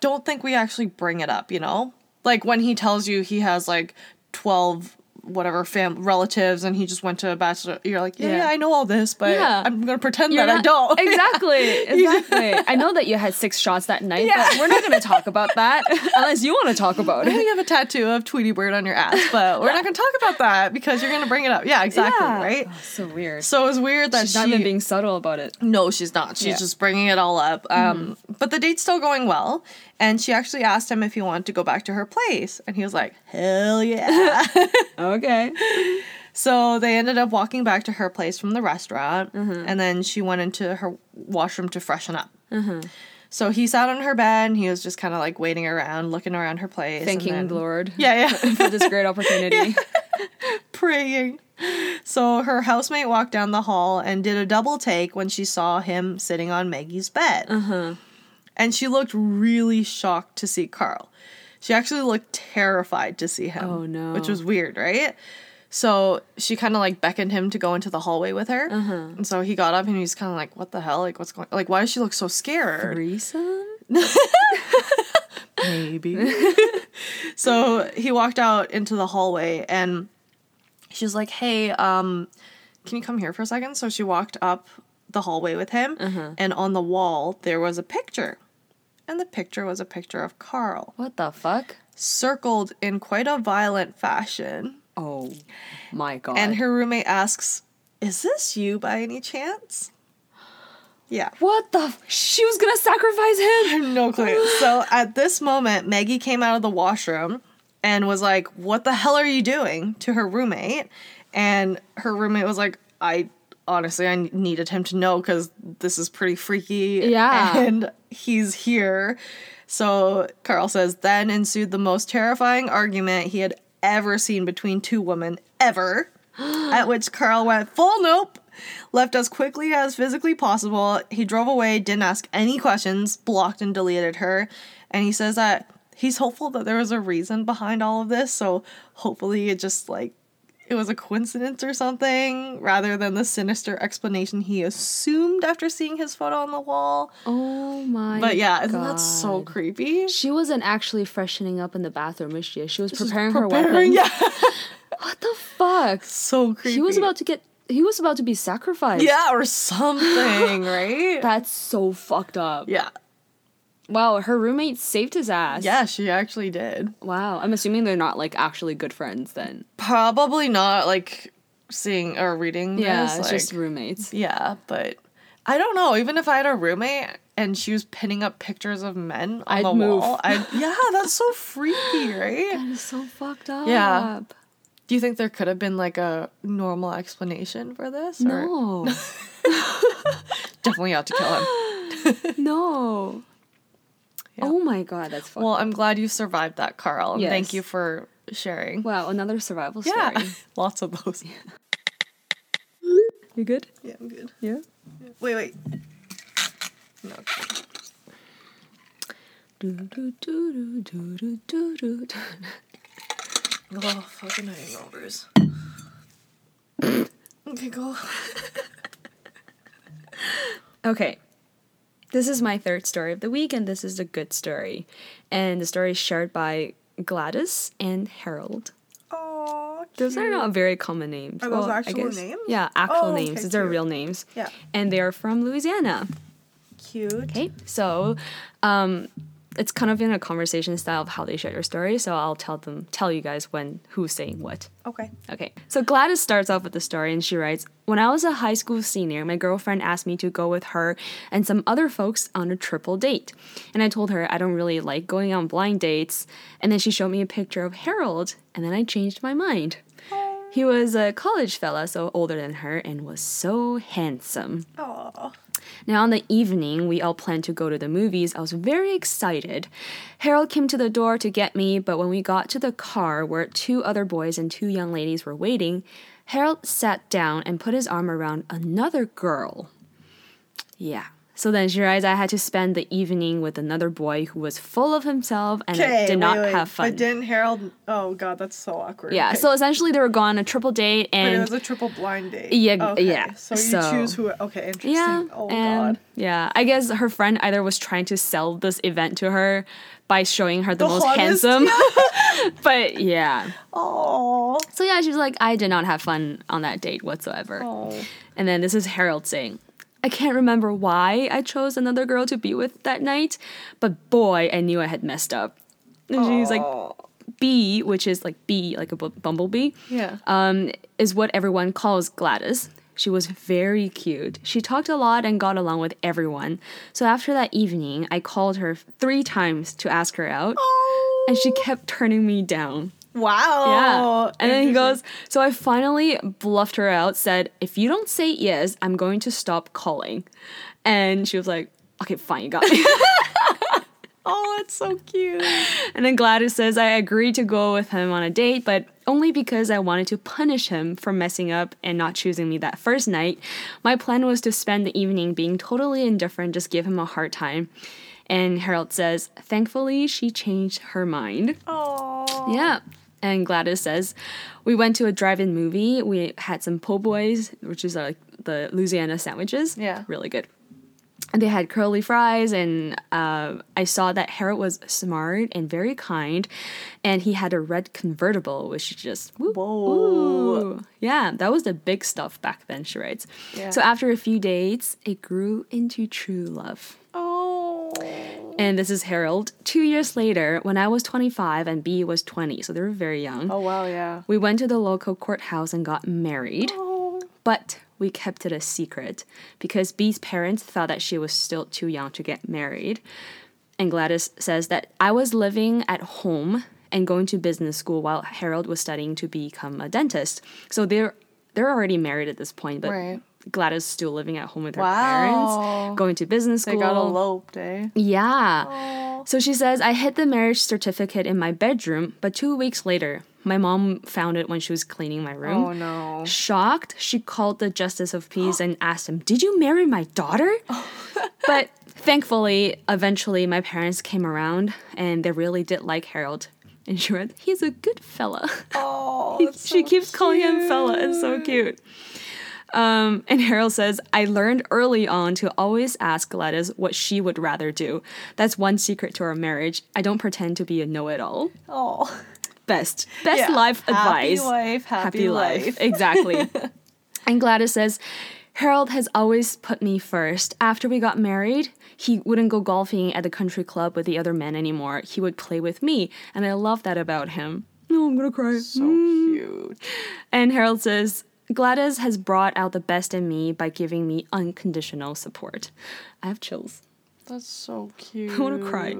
Speaker 2: don't think we actually bring it up, you know? Like when he tells you he has like 12 whatever fam relatives and he just went to a bachelor you're like yeah,
Speaker 1: Yeah.
Speaker 2: yeah i know all this but
Speaker 1: Yeah.
Speaker 2: i'm gonna pretend
Speaker 1: You're
Speaker 2: that i
Speaker 1: not-
Speaker 2: don't
Speaker 1: Exactly. Exactly. I know that you had six shots that night, but we're not going to talk about that unless you want to talk about
Speaker 2: I know
Speaker 1: it.
Speaker 2: you have a tattoo of Tweety Bird on your ass, but we're not going to talk about that because you're going to bring it up. Yeah, exactly,
Speaker 1: Yeah.
Speaker 2: right?
Speaker 1: Oh, so weird.
Speaker 2: So it was weird that
Speaker 1: She's
Speaker 2: she.
Speaker 1: not even being subtle about it.
Speaker 2: no, she's not. She's
Speaker 1: Yeah. Mm-hmm.
Speaker 2: just bringing it all up. Um, But the date's still going well, and she actually asked him if he wanted to go back to her place, and he was like, "Hell yeah!"
Speaker 1: Okay.
Speaker 2: so they ended up walking back to her place from the restaurant, and then she went into her washroom to freshen up. So he sat on her bed, and he was just kind of like waiting around, looking around her place, and
Speaker 1: Thanking
Speaker 2: then-
Speaker 1: the Lord
Speaker 2: Yeah, yeah.
Speaker 1: for this great opportunity.
Speaker 2: praying. So her housemate walked down the hall and did a double take when she saw him sitting on Maggie's bed.
Speaker 1: Uh-huh.
Speaker 2: And she looked really shocked to see Carl. She actually looked terrified to see him.
Speaker 1: Oh, no.
Speaker 2: Which was weird, right? So she kind of like beckoned him to go into the hallway with her.
Speaker 1: Uh-huh.
Speaker 2: And so he got up and he's kind of like, "What the hell? Like, what's going? Like, why does she look so scared?"
Speaker 1: Threesome?
Speaker 2: maybe. so he walked out into the hallway and she was like, Hey, um, can you come here for a second? So she walked up the hallway with him, and on the wall there was a picture. And the picture was a picture of Carl,
Speaker 1: What the fuck?
Speaker 2: circled in quite a violent fashion.
Speaker 1: Oh my god.
Speaker 2: And her roommate asks, Is this you by any chance? Yeah.
Speaker 1: what the? F- she was gonna sacrifice
Speaker 2: I
Speaker 1: him.
Speaker 2: have no clue. So at this moment, Maggie came out of the washroom and was like, What the hell are you doing? to her roommate. And her roommate was like, I honestly, I needed him to know because this is pretty freaky.
Speaker 1: Yeah.
Speaker 2: And he's here. So Carl says, Then ensued the most terrifying argument he had ever seen between two women, ever. at which Carl went, Full nope. Left as quickly as physically possible. He drove away, didn't ask any questions, blocked and deleted her. And he says that he's hopeful that there was a reason behind all of this. So hopefully it just like it was a coincidence or something rather than the sinister explanation he assumed after seeing his photo on the wall.
Speaker 1: Oh my.
Speaker 2: But yeah, isn't that so creepy?
Speaker 1: She wasn't actually freshening up in the bathroom, was she? She was preparing, her
Speaker 2: Preparing-
Speaker 1: weapon.
Speaker 2: Yeah.
Speaker 1: What the fuck?
Speaker 2: So creepy.
Speaker 1: He was about to get. He was about to be sacrificed.
Speaker 2: Yeah, or something, right?
Speaker 1: That's so fucked up.
Speaker 2: yeah.
Speaker 1: Wow, her roommate saved his ass.
Speaker 2: Yeah, she actually did.
Speaker 1: Wow. I'm assuming they're not like actually good friends then.
Speaker 2: Probably not like seeing or reading
Speaker 1: Yeah,
Speaker 2: this.
Speaker 1: it's
Speaker 2: like-
Speaker 1: just roommates.
Speaker 2: yeah, but I don't know. Even if I had a roommate and she was pinning up pictures of men on
Speaker 1: I'd
Speaker 2: the
Speaker 1: move.
Speaker 2: wall, I'd, yeah, that's so freaky, right?
Speaker 1: That is so fucked up.
Speaker 2: Yeah. Do you think there could have been like a normal explanation for this? Or
Speaker 1: No.
Speaker 2: definitely out to kill him.
Speaker 1: no. Oh my god, that's fucked.
Speaker 2: Well, I'm glad you survived that, Carl. and Thank
Speaker 1: Yes.
Speaker 2: you for sharing.
Speaker 1: wow, another survival
Speaker 2: yeah,
Speaker 1: story.
Speaker 2: lots of those.
Speaker 1: You good?
Speaker 2: Yeah, I'm good.
Speaker 1: Yeah.
Speaker 2: Wait, wait. No.
Speaker 1: Do, do, do, do, do, do, do, do, do.
Speaker 2: Oh, fucking hangovers. okay, go.
Speaker 1: Okay. This is my third story of the week, and this is a good story. And the story is shared by Gladys and Harold.
Speaker 2: Oh,
Speaker 1: Those are not very common names.
Speaker 2: Are those
Speaker 1: I
Speaker 2: actual
Speaker 1: guess-
Speaker 2: names?
Speaker 1: Yeah, actual
Speaker 2: Oh, okay,
Speaker 1: names. These are
Speaker 2: cute.
Speaker 1: real names.
Speaker 2: Yeah.
Speaker 1: And they are from Louisiana.
Speaker 2: cute.
Speaker 1: Okay, so um, it's kind of in a conversation style of how they share your story. So I'll tell them, tell you guys when who's saying what.
Speaker 2: Okay.
Speaker 1: Okay. So Gladys starts off with the story and she writes When I was a high school senior, my girlfriend asked me to go with her and some other folks on a triple date. And I told her I don't really like going on blind dates. And then she showed me a picture of Harold, and then I changed my mind. He was a college fella, so older than her, and was so handsome.
Speaker 2: Aww.
Speaker 1: Now, on the evening we all planned to go to the movies, I was very excited. Harold came to the door to get me, but when we got to the car where two other boys and two young ladies were waiting, Harold sat down and put his arm around another girl. Yeah. So then she realized I had to spend the evening with another boy who was full of himself and I did not have fun.
Speaker 2: But didn't Harold? Oh God, that's so awkward.
Speaker 1: yeah,
Speaker 2: Okay.
Speaker 1: so essentially they were gone on a triple date
Speaker 2: But it
Speaker 1: and
Speaker 2: was a triple blind date.
Speaker 1: Yeah,
Speaker 2: Okay,
Speaker 1: yeah,
Speaker 2: So you
Speaker 1: so-
Speaker 2: choose who? Okay, interesting.
Speaker 1: Yeah.
Speaker 2: oh
Speaker 1: and-
Speaker 2: God.
Speaker 1: Yeah. I guess her friend either was trying to sell this event to her by showing her the, most
Speaker 2: hottest,
Speaker 1: handsome. but yeah.
Speaker 2: Oh.
Speaker 1: So yeah, she was like, I did not have fun on that date whatsoever.
Speaker 2: Oh.
Speaker 1: And then this is Harold saying, I can't remember why I chose another girl to be with that night, but boy, I knew I had messed up. And she's like, B, which is like bee, like a bu- bumblebee
Speaker 2: Yeah.
Speaker 1: um, is what everyone calls Gladys. She was very cute. She talked a lot and got along with everyone. So after that evening, I called her three times to ask her out,
Speaker 2: oh.
Speaker 1: and she kept turning me down.
Speaker 2: Wow.
Speaker 1: yeah. And then he goes, So I finally bluffed her out, said, If you don't say yes, I'm going to stop calling. And she was like, Okay, fine, you got me.
Speaker 2: Oh, that's so cute.
Speaker 1: And then Gladys says, I agreed to go with him on a date, but only because I wanted to punish him for messing up and not choosing me that first night. My plan was to spend the evening being totally indifferent, just give him a hard time. And Harold says, Thankfully, she changed her mind.
Speaker 2: Oh.
Speaker 1: Yeah. And Gladys says, We went to a drive in movie. We had some po' boys, which is like the Louisiana sandwiches.
Speaker 2: Yeah.
Speaker 1: Really good. they had curly fries and uh, i saw that harriet was smart and very kind and he had a red convertible which is just woo,
Speaker 2: Whoa.
Speaker 1: woo. yeah that was the big stuff back then she writes
Speaker 2: Yeah.
Speaker 1: so after a few dates it grew into true love
Speaker 2: Oh.
Speaker 1: and this is harold two years later when i was 25 and b was 20 so they were very young
Speaker 2: Oh wow, yeah.
Speaker 1: we went to the local courthouse and got married
Speaker 2: Oh.
Speaker 1: but we kept it a secret because B's parents thought that she was still too young to get married. And Gladys says that I was living at home and going to business school while Harold was studying to become a dentist. So they're they're already married at this point, but
Speaker 2: Right.
Speaker 1: Gladys is still living at home with her
Speaker 2: Wow.
Speaker 1: parents, going to business
Speaker 2: They
Speaker 1: school.
Speaker 2: got eloped, eh?
Speaker 1: Yeah.
Speaker 2: Oh.
Speaker 1: So she says, I hid the marriage certificate in my bedroom, but two weeks later, my mom found it when she was cleaning my room.
Speaker 2: Oh no.
Speaker 1: Shocked, she called the Justice of Peace and asked him, Did you marry my daughter? but thankfully, eventually, my parents came around and they really did like Harold. And she wrote, He's a good fella.
Speaker 2: Oh. that's
Speaker 1: she
Speaker 2: so
Speaker 1: keeps calling him fella. It's so cute. Um, and Harold says, I learned early on to always ask Gladys what she would rather do. That's one secret to our marriage. I don't pretend to be a know it all.
Speaker 2: Oh.
Speaker 1: Best. Best
Speaker 2: Yeah.
Speaker 1: life
Speaker 2: Happy
Speaker 1: advice
Speaker 2: wife, happy,
Speaker 1: happy
Speaker 2: life.
Speaker 1: life. Exactly. and Gladys says, Harold has always put me first. After we got married, he wouldn't go golfing at the country club with the other men anymore. He would play with me, and I love that about him. No, I'm gonna cry. Mm.
Speaker 2: So cute.
Speaker 1: And Harold says, Gladys has brought out the best in me by giving me unconditional support. I have chills.
Speaker 2: That's so cute.
Speaker 1: I wanna cry.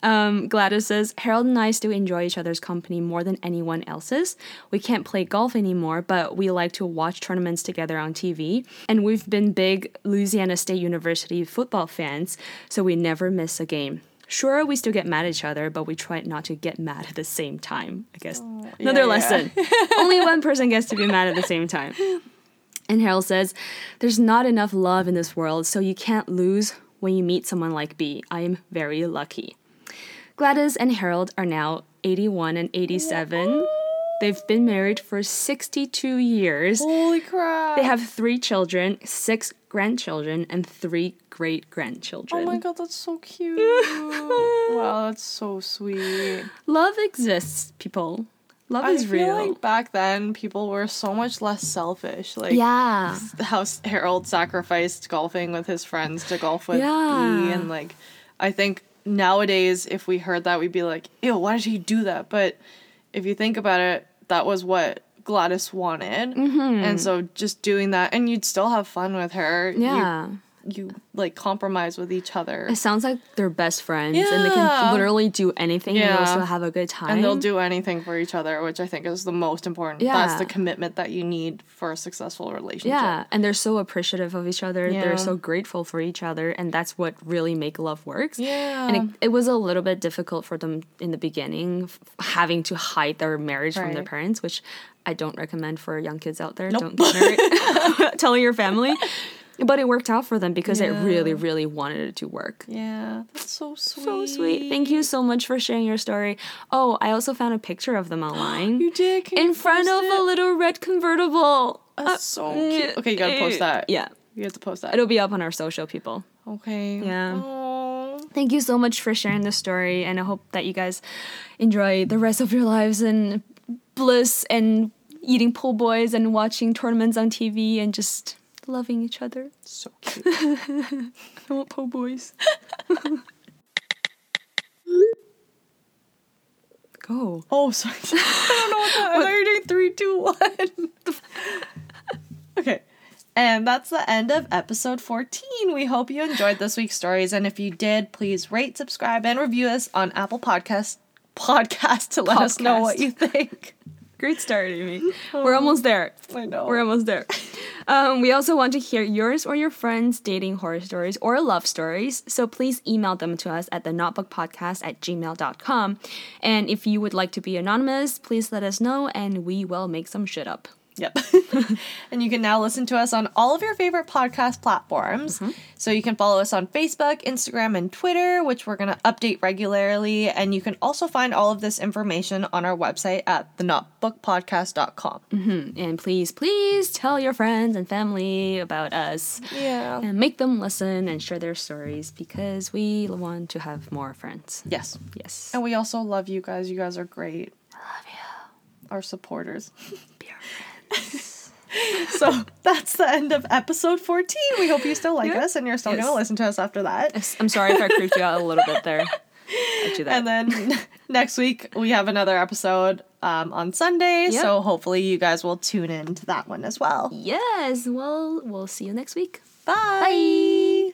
Speaker 1: Um, Gladys says, Harold and I still enjoy each other's company more than anyone else's. We can't play golf anymore, but we like to watch tournaments together on TV. And we've been big Louisiana State University football fans, so we never miss a game. Sure, we still get mad at each other, but we try not to get mad at the same time. I guess
Speaker 2: Oh, yeah,
Speaker 1: another
Speaker 2: yeah.
Speaker 1: lesson. Only one person gets to be mad at the same time. And Harold says, There's not enough love in this world, so you can't lose when you meet someone like B. I am very lucky. Gladys and Harold are now 81 and 87. They've been married for 62 years.
Speaker 2: Holy crap.
Speaker 1: They have three children, six grandchildren, and three great
Speaker 2: Oh
Speaker 1: grandchildren.
Speaker 2: my god, that's so cute. wow, that's so sweet.
Speaker 1: Love exists, people. Love
Speaker 2: I
Speaker 1: is
Speaker 2: feel
Speaker 1: real.
Speaker 2: like back then people were so much less selfish. Like
Speaker 1: yeah.
Speaker 2: how S- Harold sacrificed golfing with his friends to golf with me
Speaker 1: Yeah.
Speaker 2: and like I think nowadays if we heard that we'd be like, ew, why did he do that? But if you think about it, that was what Gladys wanted.
Speaker 1: Mm-hmm.
Speaker 2: And so just doing that and you'd still have fun with her. You-
Speaker 1: Yeah.
Speaker 2: You, like compromise with each other.
Speaker 1: It sounds like they're best friends and they
Speaker 2: Yeah.
Speaker 1: can literally do anything and
Speaker 2: Yeah.
Speaker 1: they'll still have a good time.
Speaker 2: And they'll do anything for each other, which I think is the most important. That's
Speaker 1: Yeah.
Speaker 2: the commitment that you need for a successful relationship.
Speaker 1: Yeah, and they're so appreciative of each other.
Speaker 2: Yeah.
Speaker 1: They're so grateful for each other, and that's what really make love works.
Speaker 2: Yeah.
Speaker 1: And it, it was a little bit difficult for them in the beginning, f- having to hide their marriage from their
Speaker 2: Right.
Speaker 1: parents, which I don't recommend for young kids out there. Don't get married. Telling your family. But it worked out for them because they
Speaker 2: Yeah.
Speaker 1: really, really wanted it to work.
Speaker 2: yeah. That's so sweet.
Speaker 1: So sweet. Thank you so much for sharing your story. Oh, I also found a picture of them online.
Speaker 2: You did. Can you
Speaker 1: in front
Speaker 2: post
Speaker 1: of
Speaker 2: it?
Speaker 1: a little red convertible. Uh,
Speaker 2: That's so cute. Okay, you gotta post that.
Speaker 1: eh, Yeah.
Speaker 2: You have to post that.
Speaker 1: It'll be up on our social people.
Speaker 2: Okay.
Speaker 1: Yeah.
Speaker 2: Aw.
Speaker 1: Thank you so much for sharing this story, and I hope that you guys enjoy the rest of your lives in bliss and eating pool boys and watching tournaments on TV and just loving each other.
Speaker 2: So cute.
Speaker 1: I want pool boys. Go.
Speaker 2: Oh, sorry. I don't know what that. I thought you were doing three, two, one. okay. And that's the end of episode 14. We hope you enjoyed this week's stories. And if you did, please rate, subscribe, and review us on Apple Podcasts podcast to let us know what
Speaker 1: Podcast.
Speaker 2: you think.
Speaker 1: Great start, Amy. We're almost there.
Speaker 2: I know.
Speaker 1: We're almost there. Um, we also want to hear yours or your friends' dating horror stories or love stories, so please email them to us at the notbookpodcast at gmail.com. And if you would like to be anonymous, please let us know and we will make some shit up.
Speaker 2: Yep. and you can now listen to us on all of your favorite podcast platforms.
Speaker 1: Mm-hmm.
Speaker 2: So you can follow us on Facebook, Instagram, and Twitter, which we're going to update regularly. And you can also find all of this information on our website at thenotbookpodcast.com.
Speaker 1: Mm-hmm. And please, please tell your friends and family about us
Speaker 2: Yeah.
Speaker 1: and make them listen and share their stories because we want to have more friends.
Speaker 2: Yes.
Speaker 1: Yes.
Speaker 2: And we also love you guys. You guys are great.
Speaker 1: love you.
Speaker 2: Our supporters.
Speaker 1: Be our friend.
Speaker 2: so that's the end of episode 14. We hope you still like
Speaker 1: Yeah.
Speaker 2: us and you're still
Speaker 1: Yes.
Speaker 2: going to listen to us after that.
Speaker 1: I'm sorry if I creeped you out a little bit there. I do
Speaker 2: And
Speaker 1: that.
Speaker 2: then next week, we have another episode um, on Sunday.
Speaker 1: Yep.
Speaker 2: So hopefully, you guys will tune in to that one as well.
Speaker 1: yes. Well, we'll see you next week.
Speaker 2: Bye.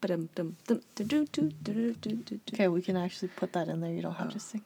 Speaker 1: Ba-dum-dum-dum-dum-dum-dum-dum-dum-dum.
Speaker 2: Okay, we can actually put that in there. You don't have to sing.